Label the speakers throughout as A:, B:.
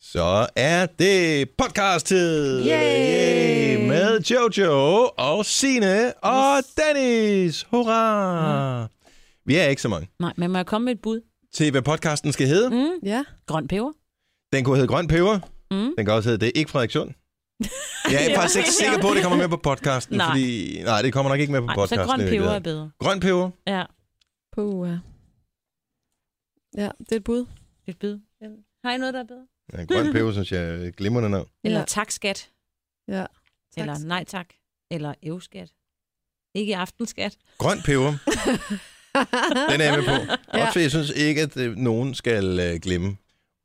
A: Så er det podcast-tid
B: Yay!
A: med Jojo og Sine og Dennis. Hurra!
B: Mm.
A: Vi er ikke så mange.
B: Nej, men må jeg komme med et bud?
A: Til hvad podcasten skal hedde.
B: Mm.
C: Ja.
B: Grøn peber.
A: Den kunne hedde Grøn Peber.
B: Mm.
A: Den kan også hedde Det er ikke Frederikssund. Jeg er faktisk ikke sikker på, at det kommer med på podcasten.
B: Nej.
A: Fordi, nej, det kommer nok ikke med på
B: Nej, så
A: podcasten.
B: grøn
A: det er
B: peber er
A: det.
B: bedre.
A: Grøn Peber.
B: Ja,
C: Puh. Ja, det er et bud.
B: det er et bid. Har I noget, der er bedre?
A: Ja, grøn Peber, synes jeg er et glimrende navn.
B: Eller
C: Ja.
B: tak, skat.
C: Ja.
B: Tak. Eller nej tak. Eller evskat. Ikke i aften, skat.
A: Grøn Peber. Den er jeg med på.
C: Ja.
A: Også fordi jeg synes ikke, at øh, nogen skal øh, glemme,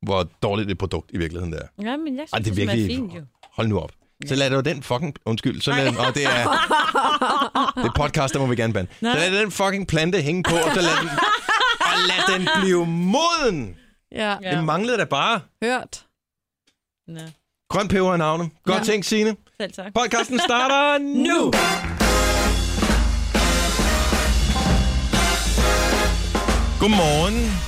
A: hvor dårligt det produkt i virkeligheden er.
B: Ja, men jeg synes,
A: Ej, det er
B: simpelthen
A: virkelig-
B: fint, jo.
A: Hold nu op. Så lad det jo den fucking... Undskyld. Så lad, og det er, det er podcast, der må vi gerne bande. Så
B: Nej.
A: lad den fucking plante hænge på, og så lad den, og lad den blive moden.
C: ja.
B: Ja.
A: Det manglede da bare.
C: Hørt.
B: Nå,
A: Grøn peber er navnet. Godt ja.
C: Ja.
A: tænkt, Signe.
B: selv tak.
A: Podcasten starter nu. Godmorgen.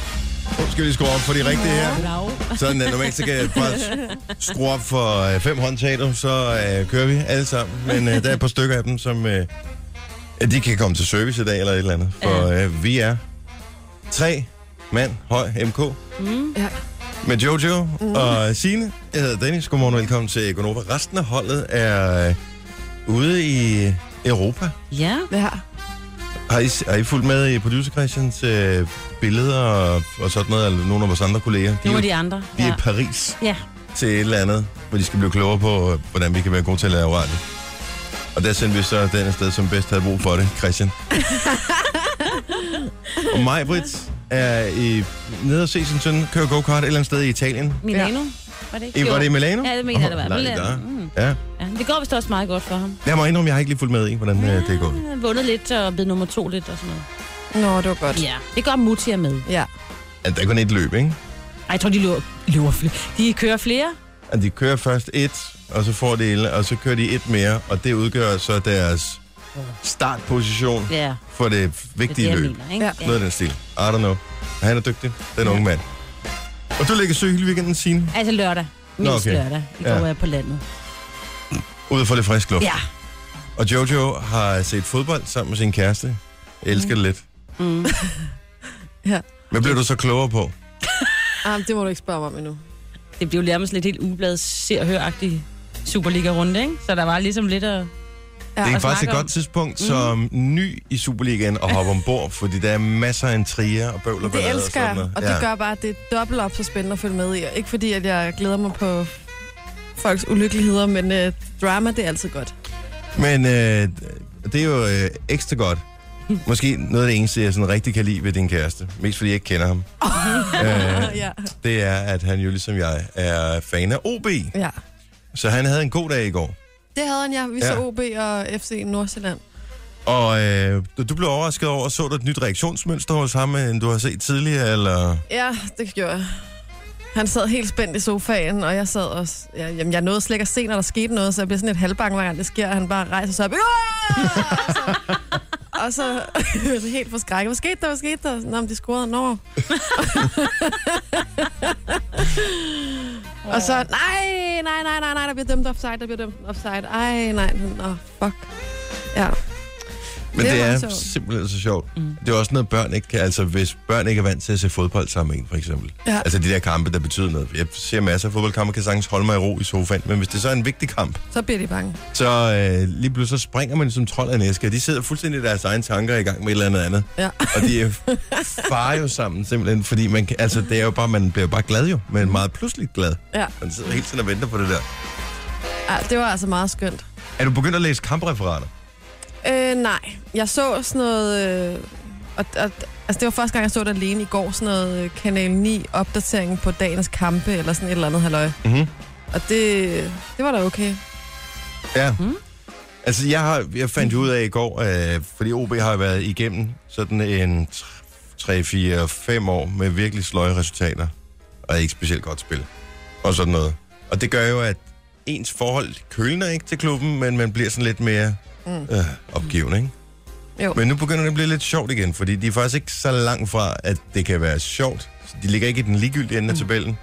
A: Nu skal vi lige skrue op for de rigtige her.
B: Lav.
A: Sådan der. Normalt så kan jeg bare skrue op for øh, fem håndtater, så øh, kører vi alle sammen. Men øh, der er et par stykker af dem, som øh, ja, de kan komme til service i dag eller et eller andet. For øh, vi er tre mand høj MK.
B: Mm.
C: Ja.
A: Med Jojo og Signe. Jeg hedder Dennis. Godmorgen og velkommen til Gonova. Resten af holdet er øh, ude i Europa.
B: Ja,
C: Ja.
A: Har I, har I fulgt med i producer Christians øh, billeder og, og sådan noget? Eller nogle af vores andre kolleger? De, er
B: nu
A: jo-
B: er de andre.
A: de er
B: Ja.
A: i Paris
B: Ja.
A: til et eller andet, hvor de skal blive klogere på, øh, hvordan vi kan være gode til at lave radio. Og der sendte vi så den afsted, som bedst havde brug for det, Christian. og mig, Britt, er i, nede og se sin søn køre go-kart et eller andet sted i Italien.
B: Milano. Var det ikke?
A: I, var det i Milano?
B: Ja, det mener jeg, det var.
A: Åh, nej,
B: Milano.
A: der.
B: Mm.
A: Ja.
B: Ja, det går vist også meget godt for ham.
A: Jeg må indrømme, jeg har ikke lige fulgt med i, hvordan ja. det er gået.
B: Han har vundet lidt og blevet nummer to lidt og sådan noget.
C: Nå, det var godt.
B: Ja, det gør Mutti er med.
C: Ja.
A: Altså, der er kun et løb, ikke?
B: Ej, jeg tror, de løber, løber flere. De kører flere.
A: at de kører først et, og så får de el, og så kører de et mere, og det udgør så deres startposition
B: Ja,
A: for det
B: det er det,
A: vigtige
B: jeg
A: løb.
B: mener. Ikke?
C: Ja.
A: Noget af den stil. I don't know. Han er dygtig, den unge mand. Og du ligger så i weekenden, Signe,
B: Altså lørdag. Mindst
A: Nå, okay.
B: Nå, okay. lørdag. I går
A: Ja.
B: ja. var jeg på landet.
A: ude for lidt frisk luft.
B: Ja.
A: Og Jojo har set fodbold sammen med sin kæreste. Jeg elsker det lidt.
B: Mm.
A: Hvad blev du så klogere på?
C: Ah, det må du ikke spørge mig om endnu.
B: Det blev nærmest lidt helt ubladet se- og høragtig Superliga-runde, ikke? Så der var ligesom lidt at...
A: Det er
B: og
A: faktisk et
B: snakke om. Mm.
A: godt tidspunkt som ny i Superligaen at hoppe ombord, fordi der er masser af intriger og bøvl og
C: Det
A: ballade og
C: elsker
A: sådan
C: jeg,
A: noget.
C: og
A: Ja.
C: det gør bare, at det er dobbelt op så spændende at følge med i. Og ikke fordi, at jeg glæder mig på folks ulykkeligheder, men øh, drama, det er altid godt.
A: Men øh, det er jo øh, ekstra godt. Måske noget af det eneste, jeg sådan rigtig kan lide ved din kæreste, mest fordi jeg ikke kender ham, øh,
C: ja.
A: det er, at han jo ligesom jeg er fan af OB.
C: ja.
A: Så han havde en god dag i går.
C: Det havde han, ja. Vi så
A: Ja.
C: OB og FC Nordsjælland.
A: Og øh, du- du blev overrasket over, så du et nyt reaktionsmønster hos ham, øh, end du har set tidligere, eller...
C: Ja, det gjorde jeg. Han sad helt spændt i sofaen, og jeg sad også... Ja, jamen, jeg nåede slet ikke at se, når der skete noget, så jeg blev sådan lidt halvbange, hver gang det sker. og Han bare rejser sig op. "Uah!" Og så, og så, så helt forskrækket. Hvad skete der? Hvad skete der? Nå, men de scorede. Nå. og så, nej, nej, nej, nej, nej, der bliver dømt offside, der bliver dømt offside. Ej, nej, nå, fuck. Ja,
A: Men det,
C: Det
A: det
C: var
A: er
C: sjovt.
A: simpelthen så sjovt. Mm.
B: Mm.
A: Det er også noget, børn ikke kan... Altså, hvis børn ikke er vant til at se fodbold sammen med en, for eksempel.
C: Ja.
A: Altså, de der kampe, der betyder noget. Jeg ser masser af fodboldkampe, kan sagtens holde mig i ro i sofaen, men hvis det så er en vigtig kamp,
C: så bliver de bange.
A: Så øh, lige pludselig så springer man som trold af en æske, og de sidder fuldstændig i deres egne tanker i gang med et eller andet andet.
C: Ja.
A: Og de øh, farer jo sammen simpelthen, fordi man, kan- altså, det er jo bare, man bliver jo bare glad jo, men meget pludseligt glad.
C: Ja.
A: Man sidder hele tiden og venter på det der.
C: ja, det var altså meget skønt.
A: Er du begyndt at læse kampreferater?
C: Øh, nej. Jeg så sådan noget... Øh, og, og, altså, det var første gang, jeg så det alene i går. Sådan noget øh, Kanal 9-opdatering på dagens kampe, eller sådan et eller andet halløj.
A: Mm-hmm.
C: Og det, det var da okay.
A: Ja. Mm.
B: Mm.
A: Altså, jeg, har, jeg fandt jo ud af i går, øh, fordi OB har været igennem sådan en 3-4-5 år med virkelig sløje resultater, og ikke specielt godt spil, og sådan noget. Og det gør jo, at ens forhold kølner ikke til klubben, men man bliver sådan lidt mere
C: Mm.
A: øh, opgivende, ikke?
C: Jo.
A: Men nu begynder det at blive lidt sjovt igen, fordi
C: Mm.
A: de er faktisk ikke så langt fra, at det kan være sjovt. De ligger ikke i den ligegyldige ende af tabellen,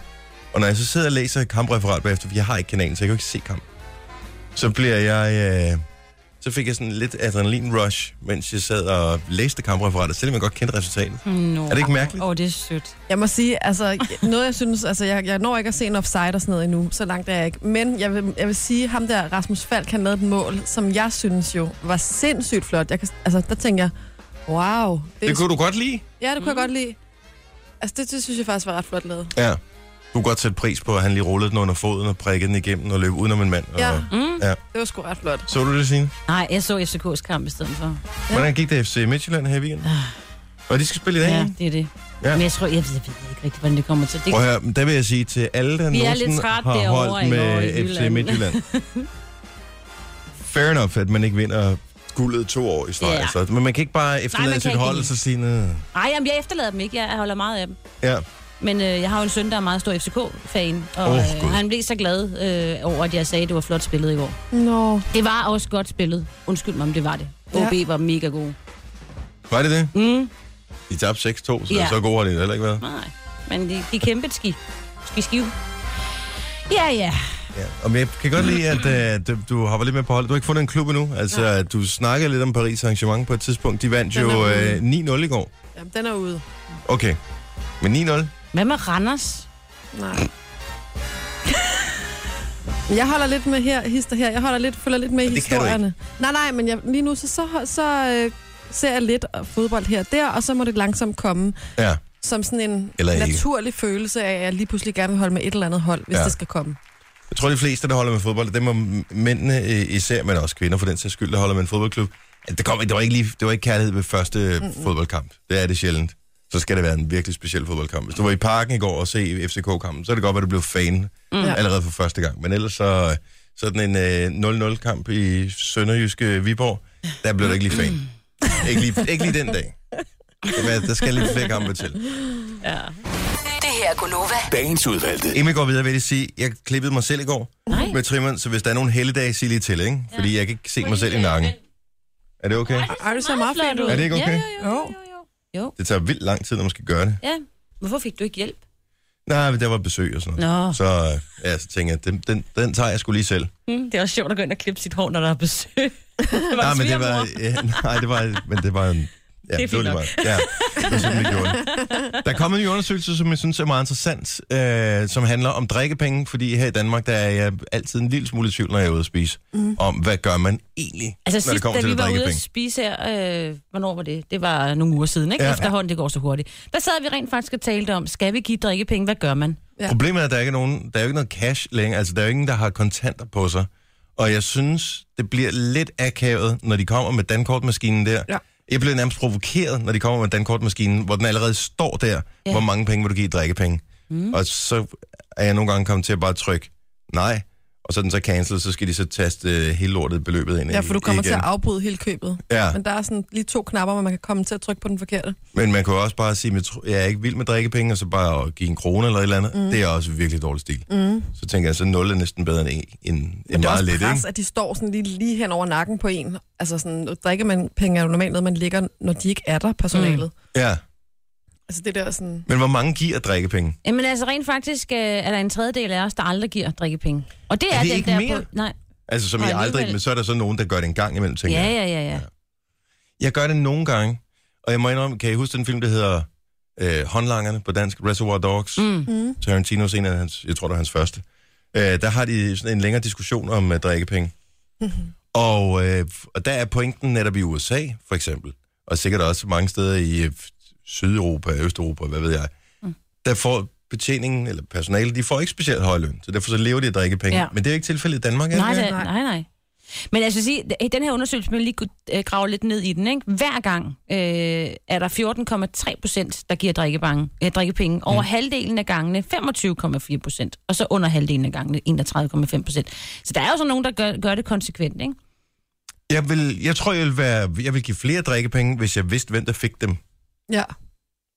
A: Og når jeg så sidder og læser et kampreferat bagefter, for jeg har ikke kanalen, så jeg kan jo ikke se kamp, så bliver jeg... Øh, så fik jeg sådan lidt adrenalin-rush, mens jeg sad og læste kampreferatet, selvom jeg godt kendte resultatet.
B: Hm, Nå.
A: Er det ikke mærkeligt?
B: Åh, oh, det er sødt.
C: Jeg må sige, altså, noget jeg synes, altså, jeg, jeg når ikke at se en offside og sådan noget endnu, så langt er jeg ikke. Men jeg vil, jeg vil sige, ham der, Rasmus Falk, han lavede et mål, som jeg synes jo var sindssygt flot. Jeg kan, altså, der tænker jeg, wow. er-
A: Det kunne du godt lide.
C: Ja, det kunne mm. jeg godt lide. Altså, det, det, synes jeg faktisk var ret flot lavet.
A: Ja. Du kunne godt sætte pris på, at han lige rullede den under foden og prikkede den igennem og løb udenom en mand. Og...
C: Ja.
B: Mm.
C: Det var sgu ret flot.
A: Så du det, Signe?
B: Nej, jeg så FCK's kamp i stedet for.
A: Hvordan gik det FC Midtjylland her i weekenden? Og de skal spille i dag,
B: Ah. Ja,
A: ikke?
B: det er det.
A: Ja.
B: Ja. Men jeg tror, jeg ved, jeg ved ikke rigtig, hvordan det kommer til. Det,
A: Prøv at høre, men der vil jeg sige til alle, der
B: Vi er
A: nogensinde
B: lidt trætte
A: har
B: derovre
A: holdt
B: i år
A: med
B: i
A: FC
B: Jylland.
A: Midtjylland. Fair enough, at man ikke vinder guldet to år i streg.
B: Ja.
A: Yeah. Men man kan ikke bare efterlade
B: man kan
A: sit
B: ikke
A: hold
B: det.
A: og så sige... "Nå."
B: Ej, jamen, jeg efterlader dem ikke. Jeg holder meget af dem.
A: Ja.
B: Men øh, jeg har jo en søn, der er meget stor FCK-fan, og
A: Åh, Gud.
B: øh, han blev så glad øh, over, at jeg sagde, at det var flot spillet i går.
C: Nå.
B: Det var også godt spillet. Undskyld mig, om det var det.
C: Ja.
B: OB var mega god.
A: Var det det?
B: Mm,
A: De tabte 6-2, så,
B: Ja.
A: så god har det heller ikke været.
B: nej, men de, de kæmpede ski. Ski skive. Ja, ja.
A: Ja, og men jeg kan godt lide,
B: Mm.
A: at uh, du, du hopper lidt med på holdet. Du har ikke fundet en klub endnu. Altså, du snakkede lidt om Paris Saint-Germain på et tidspunkt. De vandt
C: Den
A: jo
C: er ude.
A: uh, 9-0 i går.
C: Jamen, den er ude.
A: Okay. Men 9-0?
B: Hvad med Randers?
C: Nej. Jeg holder lidt med her, hister her. Jeg holder lidt, følger lidt med i
A: Og det kan du
C: historierne. Nej, nej, men jeg, lige nu så, så, så øh, ser jeg lidt fodbold her og der, og så må det langsomt komme
A: Ja.
C: som sådan en
A: Eller ikke.
C: naturlig følelse af, at jeg lige pludselig gerne vil holde med et eller andet hold, hvis
A: Ja.
C: ja. det skal komme.
A: Jeg tror, de fleste, der holder med fodbold, dem er mændene øh, især, men også kvinder for den sags skyld, der holder med en fodboldklub. At Det, kom, det, var ikke lige, det var ikke kærlighed ved første mm fodboldkamp. Det er det sjældent. Så skal det være en virkelig speciel fodboldkamp. Hvis du var i parken i går og se FCK-kampen, så er det godt, at du blev fan mm. allerede for første gang. Men ellers så sådan en øh, 0-0-kamp i Sønderjyske Viborg, der blev du ikke lige fan. ikke, lige, ikke lige den dag. Det var- Der skal lidt flere kampe til.
D: Det her er Gunova.
E: Dagens udvalgte.
A: Inden vi går videre, vil jeg sige, jeg klippede mig selv i går
B: Nej.
A: med trimmeren, så hvis der er nogle helligdage, sig lige til, ikke? Fordi jeg kan ikke se mig selv i nakken. Er det okay?
C: Er det så meget
B: flot
C: fint
B: ud.
C: ud?
A: Er det ikke okay?
B: Ja, jo, jo, jo, jo, jo. Jo,
A: Det tager vildt lang tid, når man skal gøre det.
B: ja. Hvorfor fik du ikke hjælp?
A: Nej, men der var besøg og sådan noget.
B: Nå,
A: Så øh, ja, så tænker jeg, den, den, den tager jeg sgu lige selv.
B: mm, det er også sjovt at gå ind og klippe sit hår, når der er besøg. det var
A: Nej, men det
B: svigermor.
A: var... Ja, nej, det var... Men det var en, Ja,
B: Det er fint
A: lige
B: nok.
A: meget. Ja, det var sådan, vi gjorde det. Der er kommet en ny undersøgelse, som jeg synes er meget interessant, øh, som handler om drikkepenge, fordi her i Danmark, der er jeg altid en lille smule i tvivl, når jeg er ude at spise, mm. om hvad gør man egentlig,
B: Altså
A: når det
B: sidst,
A: kommer
B: da
A: til
B: vi
A: at
B: var
A: drikke
B: ude at
A: penge.
B: spise her, øh, hvornår var det? Det var nogle uger siden, ikke?
A: Ja.
B: Ja. Efterhånden, det går så hurtigt. Der sad vi rent faktisk og talte om, skal vi give drikkepenge, hvad gør man?
A: Ja.
C: Ja.
A: Problemet er, at der ikke er nogen, der er jo ikke noget cash længere. Altså, der er jo ingen, der har kontanter på sig. Og jeg synes, det bliver lidt akavet, når de kommer med dankortmaskinen der.
C: Ja.
A: Jeg bliver nærmest provokeret, når de kommer med dankortmaskinen, hvor den allerede står der, ja.
B: Ja.
A: hvor mange penge vil du give i drikkepenge. Mm. Og så er jeg nogle gange kommet til at bare trykke nej, og så er den så cancel, så skal de så taste øh, hele lortet beløbet ind
C: Ja, for du kommer
A: igen.
C: til at afbryde hele købet.
A: Ja.
C: Men der er sådan lige to knapper, hvor man kan komme til at trykke på den forkerte.
A: Men man kan jo også bare sige, at jeg er ikke vild med drikkepenge, og så bare at give en krone eller et eller andet. Mm. Det er også virkelig dårlig stil. Mm. Så tænker jeg, så 0 er næsten bedre end, en, end, end
C: Men det er
A: meget
C: også
A: lidt.
C: pres,
A: Ikke?
C: at de står sådan lige, lige hen over nakken på en. Altså sådan, drikker man penge er jo normalt noget, man ligger, når de ikke er der, personalet. Mm.
A: Ja.
C: Altså det der sådan...
A: Men hvor mange giver drikkepenge?
B: Jamen altså rent faktisk øh, er der en tredjedel af os, der aldrig giver drikkepenge. Og det
A: Er
B: er,
A: det
B: den
A: ikke
B: der
A: mere?
B: på... Nej.
A: Altså, som
B: Nej,
A: jeg aldrig...
B: alligevel.
A: Men så er der så nogen, der gør det en gang imellem, tænker
B: Ja,
A: jeg.
B: ja, ja, ja.
A: Jeg gør det nogle gange, og jeg må indrømme, kan I huske den film, der hedder øh, Håndlangerne på dansk, Reservoir Dogs?
B: Mm.
C: Mm.
A: Tarantinos en af hans, jeg tror, det er hans første. Øh, der har de sådan en længere diskussion om uh, drikkepenge. og, øh, og der er pointen netop i USA, for eksempel, og sikkert også mange steder i øh, Sydeuropa, Østeuropa, hvad ved jeg,
B: Mm.
A: der får betjeningen, eller personalet, de får ikke specielt høj løn, så derfor så lever de af drikkepenge. Ja.
B: Ja.
A: Men det er jo ikke tilfældet i Danmark, er
B: Nej,
A: det?
B: det,
A: ikke?
C: nej.
B: nej, nej. Men altså sige, i den her undersøgelse, man lige kunne øh, grave lidt ned i den, ikke? hver gang øh, er der 14,3 procent, der giver drikkebange, øh, drikkepenge. Over mm. halvdelen af gangene 25,4 procent, og så under halvdelen af gangene 31,5 procent. Så der er jo så nogen, der gør, gør det konsekvent, ikke?
A: Jeg, vil, jeg tror, jeg vil, være, jeg vil give flere drikkepenge, hvis jeg vidste, hvem der fik dem.
C: Ja.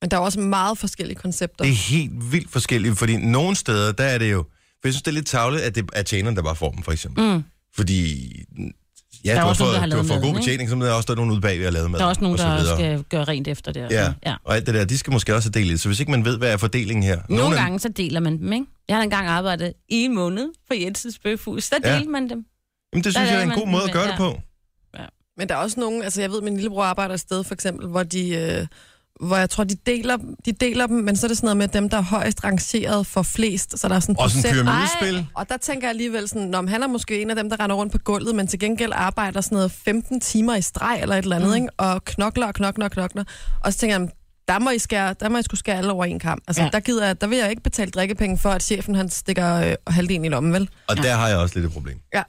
C: Men der er jo også meget forskellige koncepter.
A: Det er helt vildt forskelligt, fordi nogle steder, der er det jo... For jeg synes, det er lidt tavlet, at det er tjeneren, der bare får dem, for eksempel. Mm. Fordi Ja,
B: Der
A: der
B: er
A: du,
B: også
A: har
B: nogen, der har
A: fået, du har fået
B: lavet
A: god
B: maden, ikke?
A: betjening, så der er også der er nogen ude bag, vi har lavet med.
B: Der er også nogen,
A: og så
B: der
A: videre.
B: skal gøre rent efter det. og
A: Ja.
B: sådan. ja.
A: og alt det der, de skal måske også have del i det. Så hvis ikke man ved, hvad er fordelingen her.
B: Nogle
A: Nogen
B: Nogle
A: af-
B: gange så deler man dem, ikke? Jeg har engang arbejdet i en måned for Jensens Bøfhus. Der
A: Ja.
B: delte man dem.
A: Jamen, det
B: der
A: synes jeg er en
B: laver
A: god
B: man
A: måde at
B: den,
A: gøre
B: ja.
A: det på.
C: Men der er også nogen, altså jeg ved, min lillebror arbejder et sted, for eksempel, hvor de... Øh, hvor jeg tror, de deler, de deler dem, men så er det sådan noget med dem, der er højst rangeret for flest. Så der er sådan
A: Og sådan
C: procent-
A: en pyramidespil.
C: Og der tænker jeg alligevel sådan, om han er måske en af dem, der render rundt på gulvet, men til gengæld arbejder sådan noget 15 timer i streg eller et eller andet, mm. ikke? og knokler og knokler og knokler. Og så tænker jeg, der må I, skære, der må I skulle skære alle over en kamp. Altså,
B: Ja.
C: ja. der, gider jeg, der vil jeg ikke betale drikkepenge for, at chefen han stikker øh, halvdelen i lommen, vel?
A: Og der har jeg også lidt et problem.
C: Ja.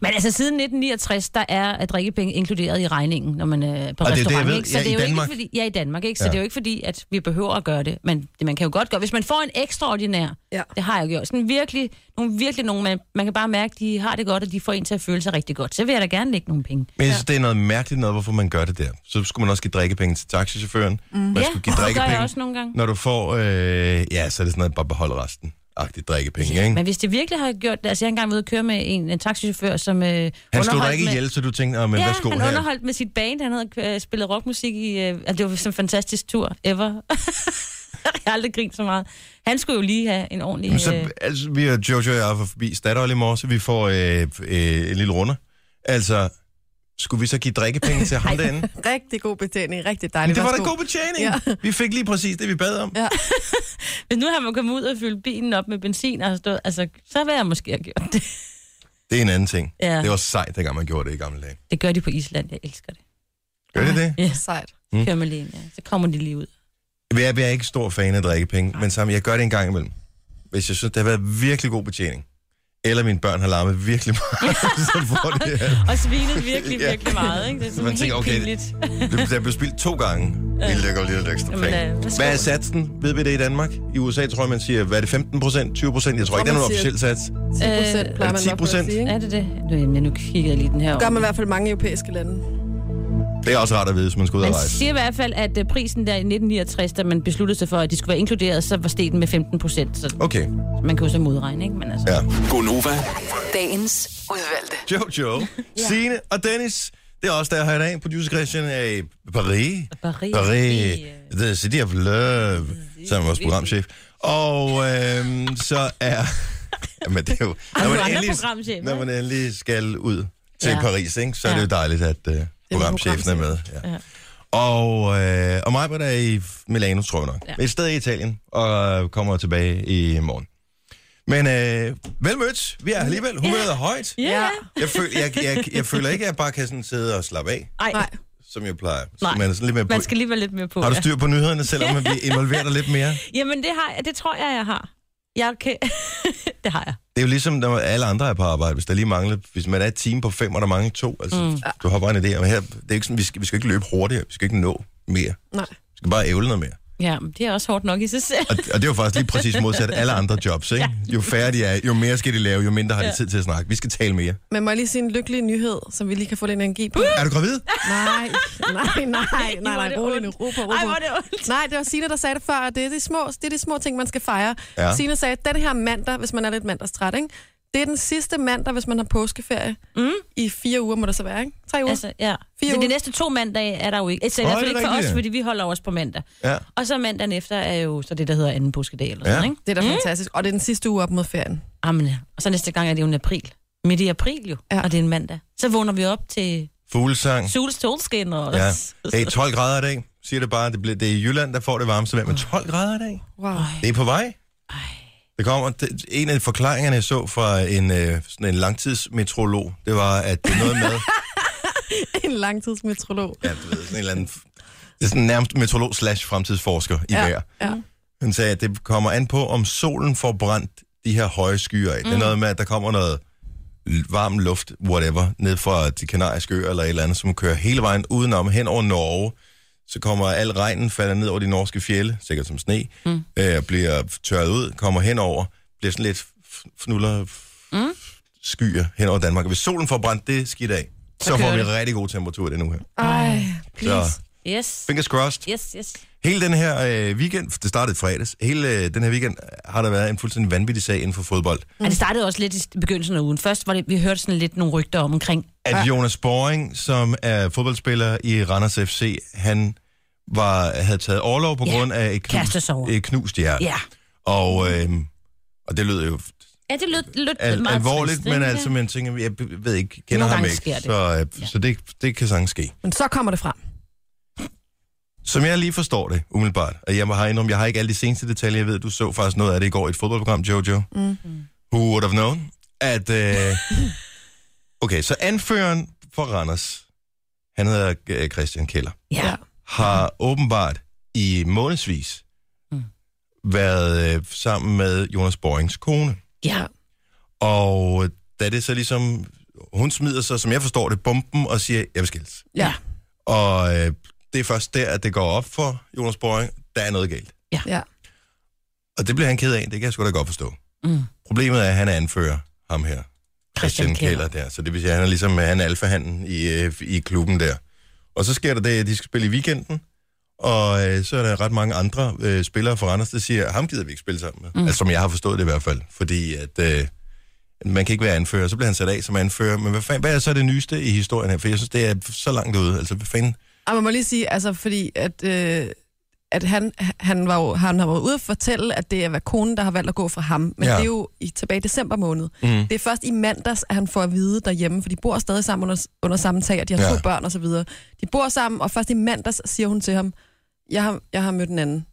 B: Men altså siden 1969, der er at drikkepenge inkluderet i regningen, når man er på
A: Og det er det, jeg
B: restaurant.
A: ved.
B: ikke? Så
A: Ja,
B: det er
A: i
B: jo
A: Danmark.
B: Ikke fordi, ja, i Danmark. Ikke? Så
A: Ja.
B: ja. det er jo ikke fordi, at vi behøver at gøre det. Men det, man kan jo godt gøre. Hvis man får en ekstraordinær,
C: Ja.
B: det har jeg jo gjort. Sådan virkelig, nogle, virkelig nogle, man, man kan bare mærke, de har det godt, og de får en til at føle sig rigtig godt. Så vil jeg da gerne lægge nogle penge.
A: Men jeg synes, det er noget mærkeligt noget, hvorfor man gør det der. Så skulle man også give drikkepenge til taxichaufføren. Mm. Man
B: ja,
A: skulle give
B: det gør jeg
A: drikkepenge.
B: også nogle gange.
A: Når du får, øh, ja, så er det sådan noget, bare behold resten. Agtigt drikkepenge, ja, ikke?
B: Men hvis det virkelig har gjort det, altså jeg har engang været ude at køre med en, en taxichauffør, som øh,
A: Han slog dig
B: underholdt
A: ikke
B: med-
A: ihjel, så du tænkte, "Nå, men
B: ja,
A: værsgo
B: han
A: her.
B: underholdt med sit band. Han havde øh, spillet rockmusik i... Øh, altså, det var sådan en fantastisk tur ever. jeg har aldrig grint så meget. Han skulle jo lige have en ordentlig...
A: Jamen,
B: Øh,
A: så, altså, vi er Jojo og jeg var forbi Statoil i morges, vi får øh, øh, en lille runde. Altså, skulle vi så give drikkepenge til ham derinde?
C: Rigtig god betjening, rigtig
A: Men
C: dejligt.
A: det var da
C: Værsgo.
A: god betjening. Ja.
C: Ja.
A: Vi fik lige præcis det, vi bad om.
C: Ja.
B: hvis nu han var kommet ud og fyldt bilen op med benzin, og har stået, altså, så ville jeg måske have gjort det.
A: Det er en anden ting.
B: Ja.
A: Det var sejt, dengang man gjorde det i gamle dage.
B: Det gør de på Island, jeg elsker det.
A: Gør det det?
B: Ja,
C: Sejt.
A: Mm.
B: kører med alene, ja. Så kommer de lige ud.
A: Jeg, jeg er ikke stor fan af drikkepenge, men sammen, jeg gør det en gang imellem. Hvis jeg synes, det har været virkelig god betjening, eller mine børn har larmet virkelig meget, så får det her.
B: Og svinet virkelig,
A: Ja.
B: virkelig meget, ikke? Det er sådan
A: Man
B: helt
A: tænker,
B: tænker,
A: okay,
B: okay, pinligt.
A: Det der blev spildt to gange. Vi lægger jo lige lidt ekstra
B: Jamen,
A: penge.
B: øh, værsgo.
A: Hvad er satsen? Ved vi det i Danmark? I USA tror jeg, man siger, hvad er det, 15 procent, 20 procent? Jeg tror ikke, det er nogen
C: man siger-
A: officiel sats.
C: 10 procent
A: er
C: plejer
B: Øh,
A: det
C: man nok
A: 10%?
C: at sige, ikke?
B: Er det det? Nu, jamen, nu kigger jeg lige den her
C: Det gør
B: over.
C: man i hvert fald i mange europæiske lande.
A: Det er også rart at vide, hvis man skal ud og
B: Man
A: rejse.
B: siger i hvert fald, at øh, prisen der i 1969, da man besluttede sig for, at de skulle være inkluderet, så var steget den med 15 procent. Så
A: Okay,
B: man kan jo så modregne, ikke? Men altså,
A: ja.
E: Gonova,
D: Dagens udvalgte.
A: Jojo, Signe og Dennis. Det er også der her i dag. Producer Christian er i Paris.
B: Paris.
A: Paris.
B: Det, øh,
A: The City of Love. Sammen med vores programchef. Og øhm, så er... Jamen, det er jo...
B: du andre programchefer?
A: når man endelig skal ud til ja.
B: Ja.
A: Paris, ikke, så er det jo
B: Ja.
A: dejligt, at øh, programchefen er med. Ja.
B: Ja.
A: Og, øh, og mig er i Milano, tror jeg nok. Ja.
B: Ja.
A: Et sted i Italien, og kommer tilbage i morgen. Men øh, vel mødt. Vi er alligevel humøret er højt.
B: Ja, ja.
A: Jeg, føl, jeg, jeg, jeg føler ikke, at jeg bare kan sådan sidde og slappe af,
B: Ej,
C: Nej.
A: som jeg plejer.
B: Nej.
A: Man er sådan lidt mere på.
B: man skal lige være lidt mere på.
A: Har du
B: ja.
A: styr på nyhederne, selvom vi involverer dig lidt mere?
B: Jamen, det, har jeg, det tror jeg, jeg har. Jeg er okay. det har jeg.
A: Det er jo ligesom, når alle andre er på arbejde. Hvis der lige mangler, hvis man er et team på fem, og der mangler to, altså, mm. du har bare en idé. om her, det er ikke sådan, vi, skal, vi skal ikke løbe hurtigere. Vi skal ikke nå mere.
C: Nej.
A: Vi skal bare ævle noget mere.
B: Ja, men det er også hårdt nok i sig selv.
A: Og, og det er jo faktisk lige præcis modsat alle andre jobs, ikke? Jo færre de er, jo mere skal de lave, jo mindre har de tid til at snakke. Vi skal tale mere.
C: Men må jeg lige sige en lykkelig nyhed, som vi lige kan få lidt energi på?
A: Er du gravid?
C: Nej, nej, nej, nej,
B: Ej, hvor er
C: nej,
B: det
C: rolig nu,
B: ondt.
C: ro på, ro
B: Ej, hvor er
C: på.
B: det ondt.
C: Nej, det var Sina, der sagde det før, og det er de små, det er de små ting, man skal fejre.
A: Ja.
C: Ja. Sina sagde, at den her mandag, hvis man er lidt mandagstræt, ikke? det er den sidste mandag, hvis man har påskeferie. Mm. I fire uger må der så være, ikke? Tre uger. Altså,
B: Altså, ja.
C: Fire
B: Fire de
C: uger.
B: næste to mandage er der jo ikke. Altså, i
A: Nå,
B: hvert
A: er
B: fald
A: det
B: ikke for
A: rigtigt,
B: os,
A: ja.
B: fordi vi holder os på mandag.
A: Ja.
B: Og så mandagen efter er jo så det, der hedder anden påskedag eller sådan,
A: Ja.
B: ja. ikke?
C: det er da fantastisk. Og det er den sidste uge op mod ferien.
B: Amen, ja. Og så næste gang er det jo en april. Midt i april jo,
C: Ja.
B: ja. og det er en mandag. Så vågner vi op til
A: Fuglesang.
B: sols solskin og...
A: Ja. Hey, 12 grader i dag. Siger det bare, det, bliver, det er i Jylland, der får det varmeste vejr, men 12 grader i dag?
C: Wow.
A: Det er på vej. Det kommer, det, en af forklaringerne, jeg så fra en, øh, sådan en langtidsmetrolog, det var, at det er noget med,
C: En langtidsmetrolog.
A: ja, du ved, sådan en eller anden, det er sådan nærmest metrolog slash fremtidsforsker i ja.
C: Ja,
A: vejr.
C: ja.
A: Han sagde, at det kommer an på, om solen får brændt de her høje skyer af. Mm. Det er noget med, at der kommer noget l- varm luft, whatever, ned fra de kanariske øer eller et eller andet, som kører hele vejen udenom, hen over Norge. Så kommer al regnen, falder ned over de norske fjelle, sikkert som sne, mm. øh, bliver tørret ud, kommer henover, bliver sådan lidt f- fnuller, f- mm. skyer hen over Danmark. Hvis solen får brændt det skidt af, så, så
B: kører
A: får vi
B: det.
A: rigtig god temperatur i den uge her.
C: Ej, please.
A: Så
B: Yes,
A: fingers crossed.
B: yes, yes.
A: Hele den her øh, weekend, det startede i fredags, hele øh, den her weekend har der været en fuldstændig vanvittig sag inden for fodbold.
B: Mm. Og det startede også lidt i begyndelsen af ugen. Først var det, vi hørte sådan lidt nogle rygter om omkring
A: at Jonas Boring, som er fodboldspiller i Randers FC, han var, havde taget overlov på
B: Ja,
A: grund af et knust,
B: kastesår.
A: et knust hjerte.
B: Ja.
A: Og, øh, og det lød jo
B: Ja, det lød, lød
A: al-
B: meget
A: alvorligt,
B: trist,
A: men
B: ikke?
A: altså, man tænker, jeg b- ved ikke, kender
B: Nogle
A: ham
B: gange
A: ikke.
B: sker det.
A: Så, øh,
B: Ja.
A: så det, det kan sagtens ske.
C: Men så kommer det frem.
A: Som jeg lige forstår det, umiddelbart, og jeg har indrømme, jeg har ikke alle de seneste detaljer, jeg ved, du så faktisk noget af det i går i et fodboldprogram, Jojo. Mm. Who would have known? At, øh, okay, så anføreren for Randers, han hedder øh, Christian Keller,
B: Ja.
A: har åbenbart i månedsvis mm. været øh, sammen med Jonas Borings kone.
B: ja.
A: Og øh, da det så ligesom, hun smider sig, som jeg forstår det, bomben og siger, jeg vil skilles.
C: Ja.
A: Og øh, det er først der, at det går op for Jonas Borg, der er noget galt.
C: Ja.
A: Og det bliver han ked af, det kan jeg sgu da godt forstå.
B: Mm.
A: Problemet er, at han anfører ham her,
B: Christian
A: Christian Keller der. Så det vil sige, at han er ligesom øh, han er alfahanden i, øh, i klubben der. Og så sker der det, at de skal spille i weekenden, og øh, så er der ret mange andre øh, spillere fra Randers, der siger, ham gider vi ikke spille sammen med. Mm. Altså, som jeg har forstået det i hvert fald. Fordi at... Øh, man kan ikke være anfører, så bliver han sat af som anfører. Men hvad, fanden, hvad er så det nyeste i historien her? For jeg synes, det er så langt ude. Altså, hvad fanden?
C: Og man må lige sige, altså, fordi at, øh, at han, han, var jo, han har været ude at fortælle, at det er hvad konen, der har valgt at gå fra ham. Men
A: Ja.
C: ja. det er jo i, tilbage i december måned. Mm. Det er først i mandags, at han får at vide derhjemme, for de bor stadig sammen under, under samme tag, og de har
A: Ja.
C: ja. to børn og så videre. De bor sammen, og først i mandags siger hun til ham, jeg har, jeg har mødt en anden,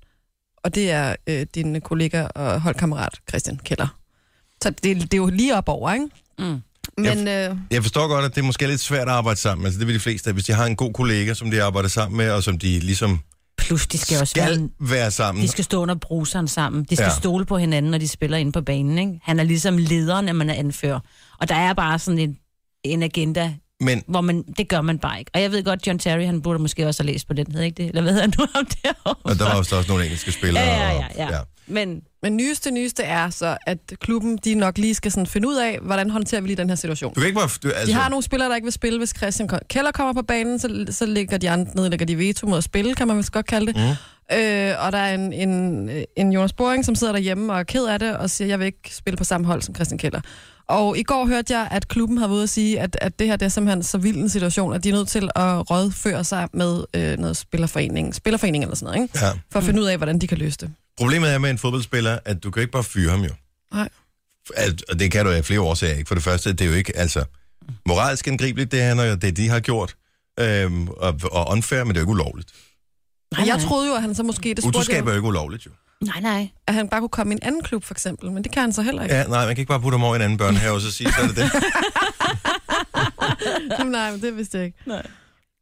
C: og det er øh, din kollega og holdkammerat Christian Keller. Så det, det er jo lige op over, ikke?
B: Mm.
C: Men øh,
A: Jeg forstår godt, at det er måske lidt svært at arbejde sammen. Altså, det vil de fleste, hvis de har en god kollega, som de arbejder sammen med, og som de ligesom
B: Plus, de skal
A: skal,
B: også være...
A: skal være sammen.
B: De skal stå under bruseren sammen. De skal
A: Ja.
B: ja. stole på hinanden, når de spiller ind på banen. Ikke? Han er ligesom lederen, når man er anfører. Og der er bare sådan en, en agenda,
A: Men
B: hvor man, det gør man bare ikke. Og jeg ved godt, John Terry, han burde måske også have læst på den, hedder ikke det? Eller hvad hedder han nu om derovre?
A: og der var også, der også nogle engelske spillere.
B: ja, ja,
A: og-
B: ja, ja, ja. Men
C: Men nyeste, nyeste er så, at klubben de nok lige skal sådan finde ud af, hvordan håndterer vi lige den her situation.
A: Du kan ikke bare... Du, altså,
C: De har nogle spillere, der ikke vil spille, hvis Christian Ko- Keller kommer på banen, så, så ligger de andre, nedlægger de veto mod at spille, kan man vist godt kalde det. Mm. Øh, og der er en, en, en Jonas Boring, som sidder derhjemme og er ked af det, og siger, jeg vil ikke spille på samme hold som Christian Keller. Og i går hørte jeg, at klubben har været ude at sige, at, at det her det er simpelthen så vild en situation, at de er nødt til at rådføre sig med øh, noget spillerforening, spillerforening eller sådan noget, ikke?
A: ja.
B: Mm.
C: for at finde ud af, hvordan de kan løse det.
A: Problemet er med en fodboldspiller, at du kan ikke bare fyre ham jo.
C: Nej.
A: At, og det kan du af flere årsager ikke. For det første, det er jo ikke, altså, moralsk angribeligt, det han og det, de har gjort. Øhm, og, og unfair, men det er jo ikke ulovligt.
B: nej,
C: Jeg
B: nej.
C: troede jo, at han så måske... Det spurgte jeg
A: Utroskab er jo ikke ulovligt, jo.
B: nej, nej.
C: at han bare kunne komme i en anden klub, for eksempel. Men det kan han så heller ikke.
A: Ja, nej, man kan ikke bare putte ham over i en anden børnehave og så sige, så er det det.
C: Ja. Nej, men det vidste jeg ikke.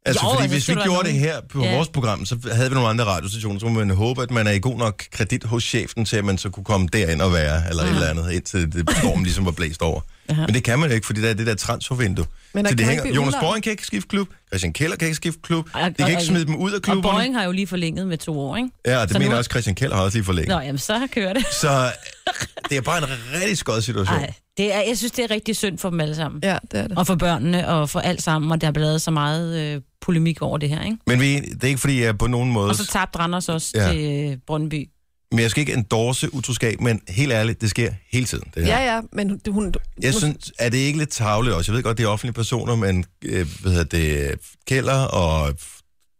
A: Altså, jo,
B: Jo,
A: fordi
B: altså,
A: hvis vi
B: skal du
A: gjorde
B: have
A: det
B: nogen-
A: her på ja.
B: Ja.
A: vores program, så havde vi nogle andre radiostationer, så må man håbe, at man er i god nok kredit hos chefen til, at man så kunne komme derind og være, eller mm. et eller andet, indtil det storm ligesom var blæst over.
B: Aha.
A: Men det kan man jo ikke, fordi der er det der transfervindue.
C: Men der
A: Så det
C: kan
A: hænger,
C: ikke blive
A: Jonas
C: udlejet.
A: Borgen kan ikke skifte klub, Christian Keller kan ikke skifte klub,
B: Og-
A: de kan
B: og-
A: ikke
B: og-
A: smide dem ud af
B: Og
A: klubberne.
B: Boeing har jo lige forlænget med to år, ikke?
A: Ja, og det
B: Så nu
A: mener
B: er-
A: også, Christian Keller har også lige forlænget.
B: Nå, jamen, så kører det.
A: Så øh, det er bare en rigtig skød situation.
B: Ej, det er, jeg synes, det er rigtig synd for dem alle sammen.
C: Ja, det er det.
B: Og for børnene, og for alt sammen, og der er blevet lavet så meget øh, polemik over det her, ikke?
A: Men vi, det er ikke, fordi jeg på nogen måde...
B: Og så tabte Randers også
A: Ja.
B: ja. til øh, Brøndby.
A: Men jeg skal ikke endorse utroskab, men helt ærligt, det sker hele tiden. Det her.
C: Ja, ja, men du- hun...
A: Jeg synes, er det ikke lidt tavligt også? Jeg ved godt, det er offentlige personer, men øh, hvad hedder det, Keller og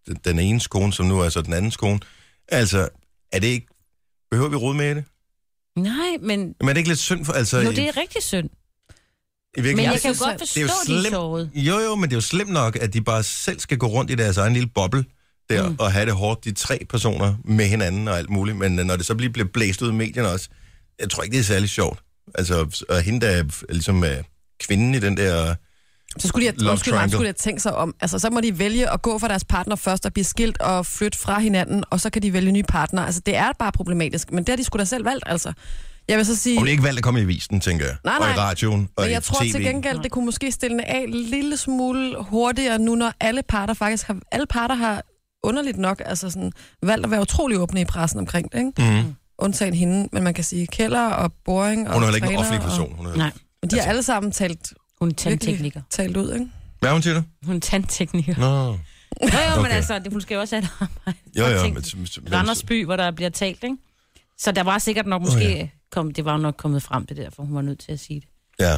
A: den- den ene kone, som nu er så den anden kone. Altså, er det ikke... Behøver vi rode med det?
B: Nej, men
A: Men er det ikke lidt synd for... Altså,
B: jo, det er rigtig synd.
A: i, i
B: Men
A: virkeligheden,
B: jeg kan jo
C: synes,
B: godt
C: at-
B: forstå,
A: det er jo
B: de er
A: slemt.
B: såret.
A: Jo, jo, men det er jo slemt nok, at de bare selv skal gå rundt i deres egen lille boble der, mm. og have det hårdt, de tre personer med hinanden og alt muligt. Men øh, når det så lige bliver blæst ud i medierne også, jeg tror ikke, det er særlig sjovt. Altså, og hende, der er øh, ligesom øh, kvinden i den der...
C: Så skulle de
A: Love
C: have, undskyld mig,
A: triangle.
C: skulle de have tænkt sig om. Altså, så må de vælge at gå for deres partner først og blive skilt og flytte fra hinanden, og så kan de vælge nye partner. Altså, det er bare problematisk, men det har de skulle da selv valgt, altså. Jeg vil så sige...
A: Hun har ikke valgt at komme i avisen, tænker jeg.
C: Nej,
A: Og i
C: nej.
A: radioen og
C: Men
A: i
C: jeg tror
A: TV.
C: til gengæld, det kunne måske stille den af en lille smule hurtigere nu, når alle parter faktisk har, alle parter har underligt nok altså sådan, valgt at være utrolig åbne i pressen omkring det, ikke?
A: Mhm.
C: Undtagen hende, men man kan sige Keller og Boring og
A: Hun er heller ikke en
C: træner
A: offentlig
C: Og,
A: person. Hun er... Altså-
B: Nej,
C: men de har alle sammen talt,
B: hun er
C: virkelig,
B: tandtekniker.
C: talt ud, ikke?
A: Hvad er hun til dig?
B: Hun er tandtekniker.
A: Nå.
B: Jo, jo,
A: Okay.
B: men altså, det, hun skal jo også have et arbejde.
A: Jo,
B: Og
A: jo.
B: tænk,
A: Men, men,
B: Randers by, hvor der bliver talt, ikke? Så der var sikkert nok måske... Kom, det var jo nok kommet frem, det der, for hun var nødt til at sige det.
A: ja.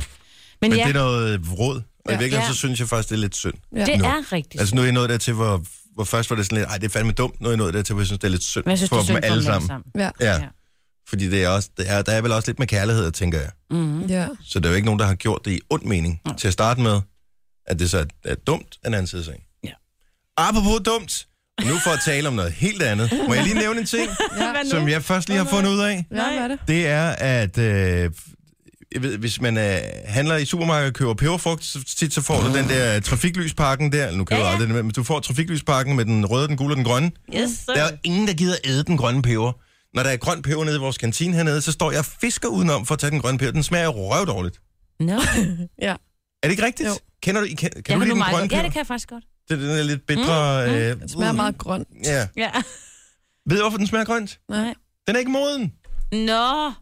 B: Men,
A: men
B: ja,
A: det er noget råd, Og ja. i
C: Ja.
A: virkeligheden,
B: Ja.
A: så synes jeg faktisk, det er lidt synd.
C: Ja.
B: Det
A: Nu.
B: er rigtigt.
A: Altså nu er jeg nået dertil, hvor, hvor først var det sådan lidt, ej, det er fandme dumt. Nu er jeg nået dertil, hvor jeg synes, det er lidt synd
B: Men jeg synes,
A: for
B: det er synd
A: dem alle sammen.
C: Ja.
A: Ja.
B: Ja.
A: ja. Fordi det er også, det er, der er vel også lidt med kærlighed, tænker jeg.
B: Mm-hmm.
C: ja.
A: Så der er jo ikke nogen, der har gjort det i ond mening til at starte med, at det så er, er dumt af den anden side af sagen.
B: Ja.
A: Apropos dumt, og nu for at tale om noget helt andet, må jeg lige nævne en ting,
C: ja.
A: som jeg først lige har fundet ud af.
C: ja hvad er det?
A: Det er, at øh, jeg ved, hvis man øh, handler i supermarkedet og køber peberfrugt, så tit så får du den der trafiklyspakken der. Nu køber
B: Ja,
A: ja,
B: ja.
A: ja. aldrig den, men du får trafiklyspakken med den røde, den gule og den grønne.
B: Yes, sir.
A: Der er jo ingen, der gider æde den grønne peber. Når der er grøn peber nede i vores kantine hernede, så står jeg og fisker udenom for at tage den grønne peber. Den smager jo røvdårligt.
B: No.
C: Ja.
A: Er det ikke rigtigt?
C: Jo.
A: Kender du, I- kan, kan
B: Jeg
A: du
B: kan
A: lide
B: nu
A: den
B: meget
A: grønne
B: godt. Ja,
A: peber?
B: det kan jeg faktisk godt.
A: det er den der lidt bitre... Mm, øh,
C: Det smager meget grønt.
A: Ja.
B: Ja.
A: Ved du, hvorfor den smager grønt?
C: Nej.
A: Den er ikke moden.
B: Nå,
A: Det er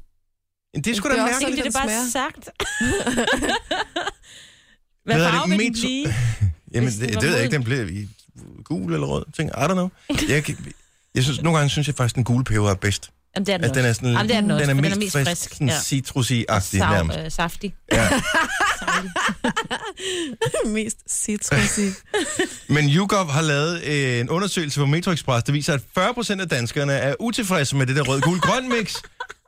A: sgu
C: Det
A: da
C: er også
B: så
A: mærkeligt.
B: blev det
C: den
B: bare
C: smager.
B: sagt. Hvad
A: Hvad er det,
B: farve vil den
A: metro-
B: blive?
A: Jamen,
B: hvis den
A: det,
B: var
A: det ved jeg
B: moden.
A: ikke, den blev i gul eller rød. Tænk, I don't know. Jeg, kan- jeg synes, nogle gange synes jeg faktisk, den gule peber er bedst.
B: Jamen, det er den,
A: Altså, den er sådan,
B: Jamen, det er den også,
A: den er
B: for
A: mest, frisk. Sådan
B: Ja.
A: citrusy-agtig
B: Sav,
A: nærmest.
B: øh, saftig.
A: Ja.
C: Mest citrusy.
A: Men YouGov har lavet øh, en undersøgelse på Metro Express, der viser, at 40% af danskerne er utilfredse med det der rød-gul-grøn mix,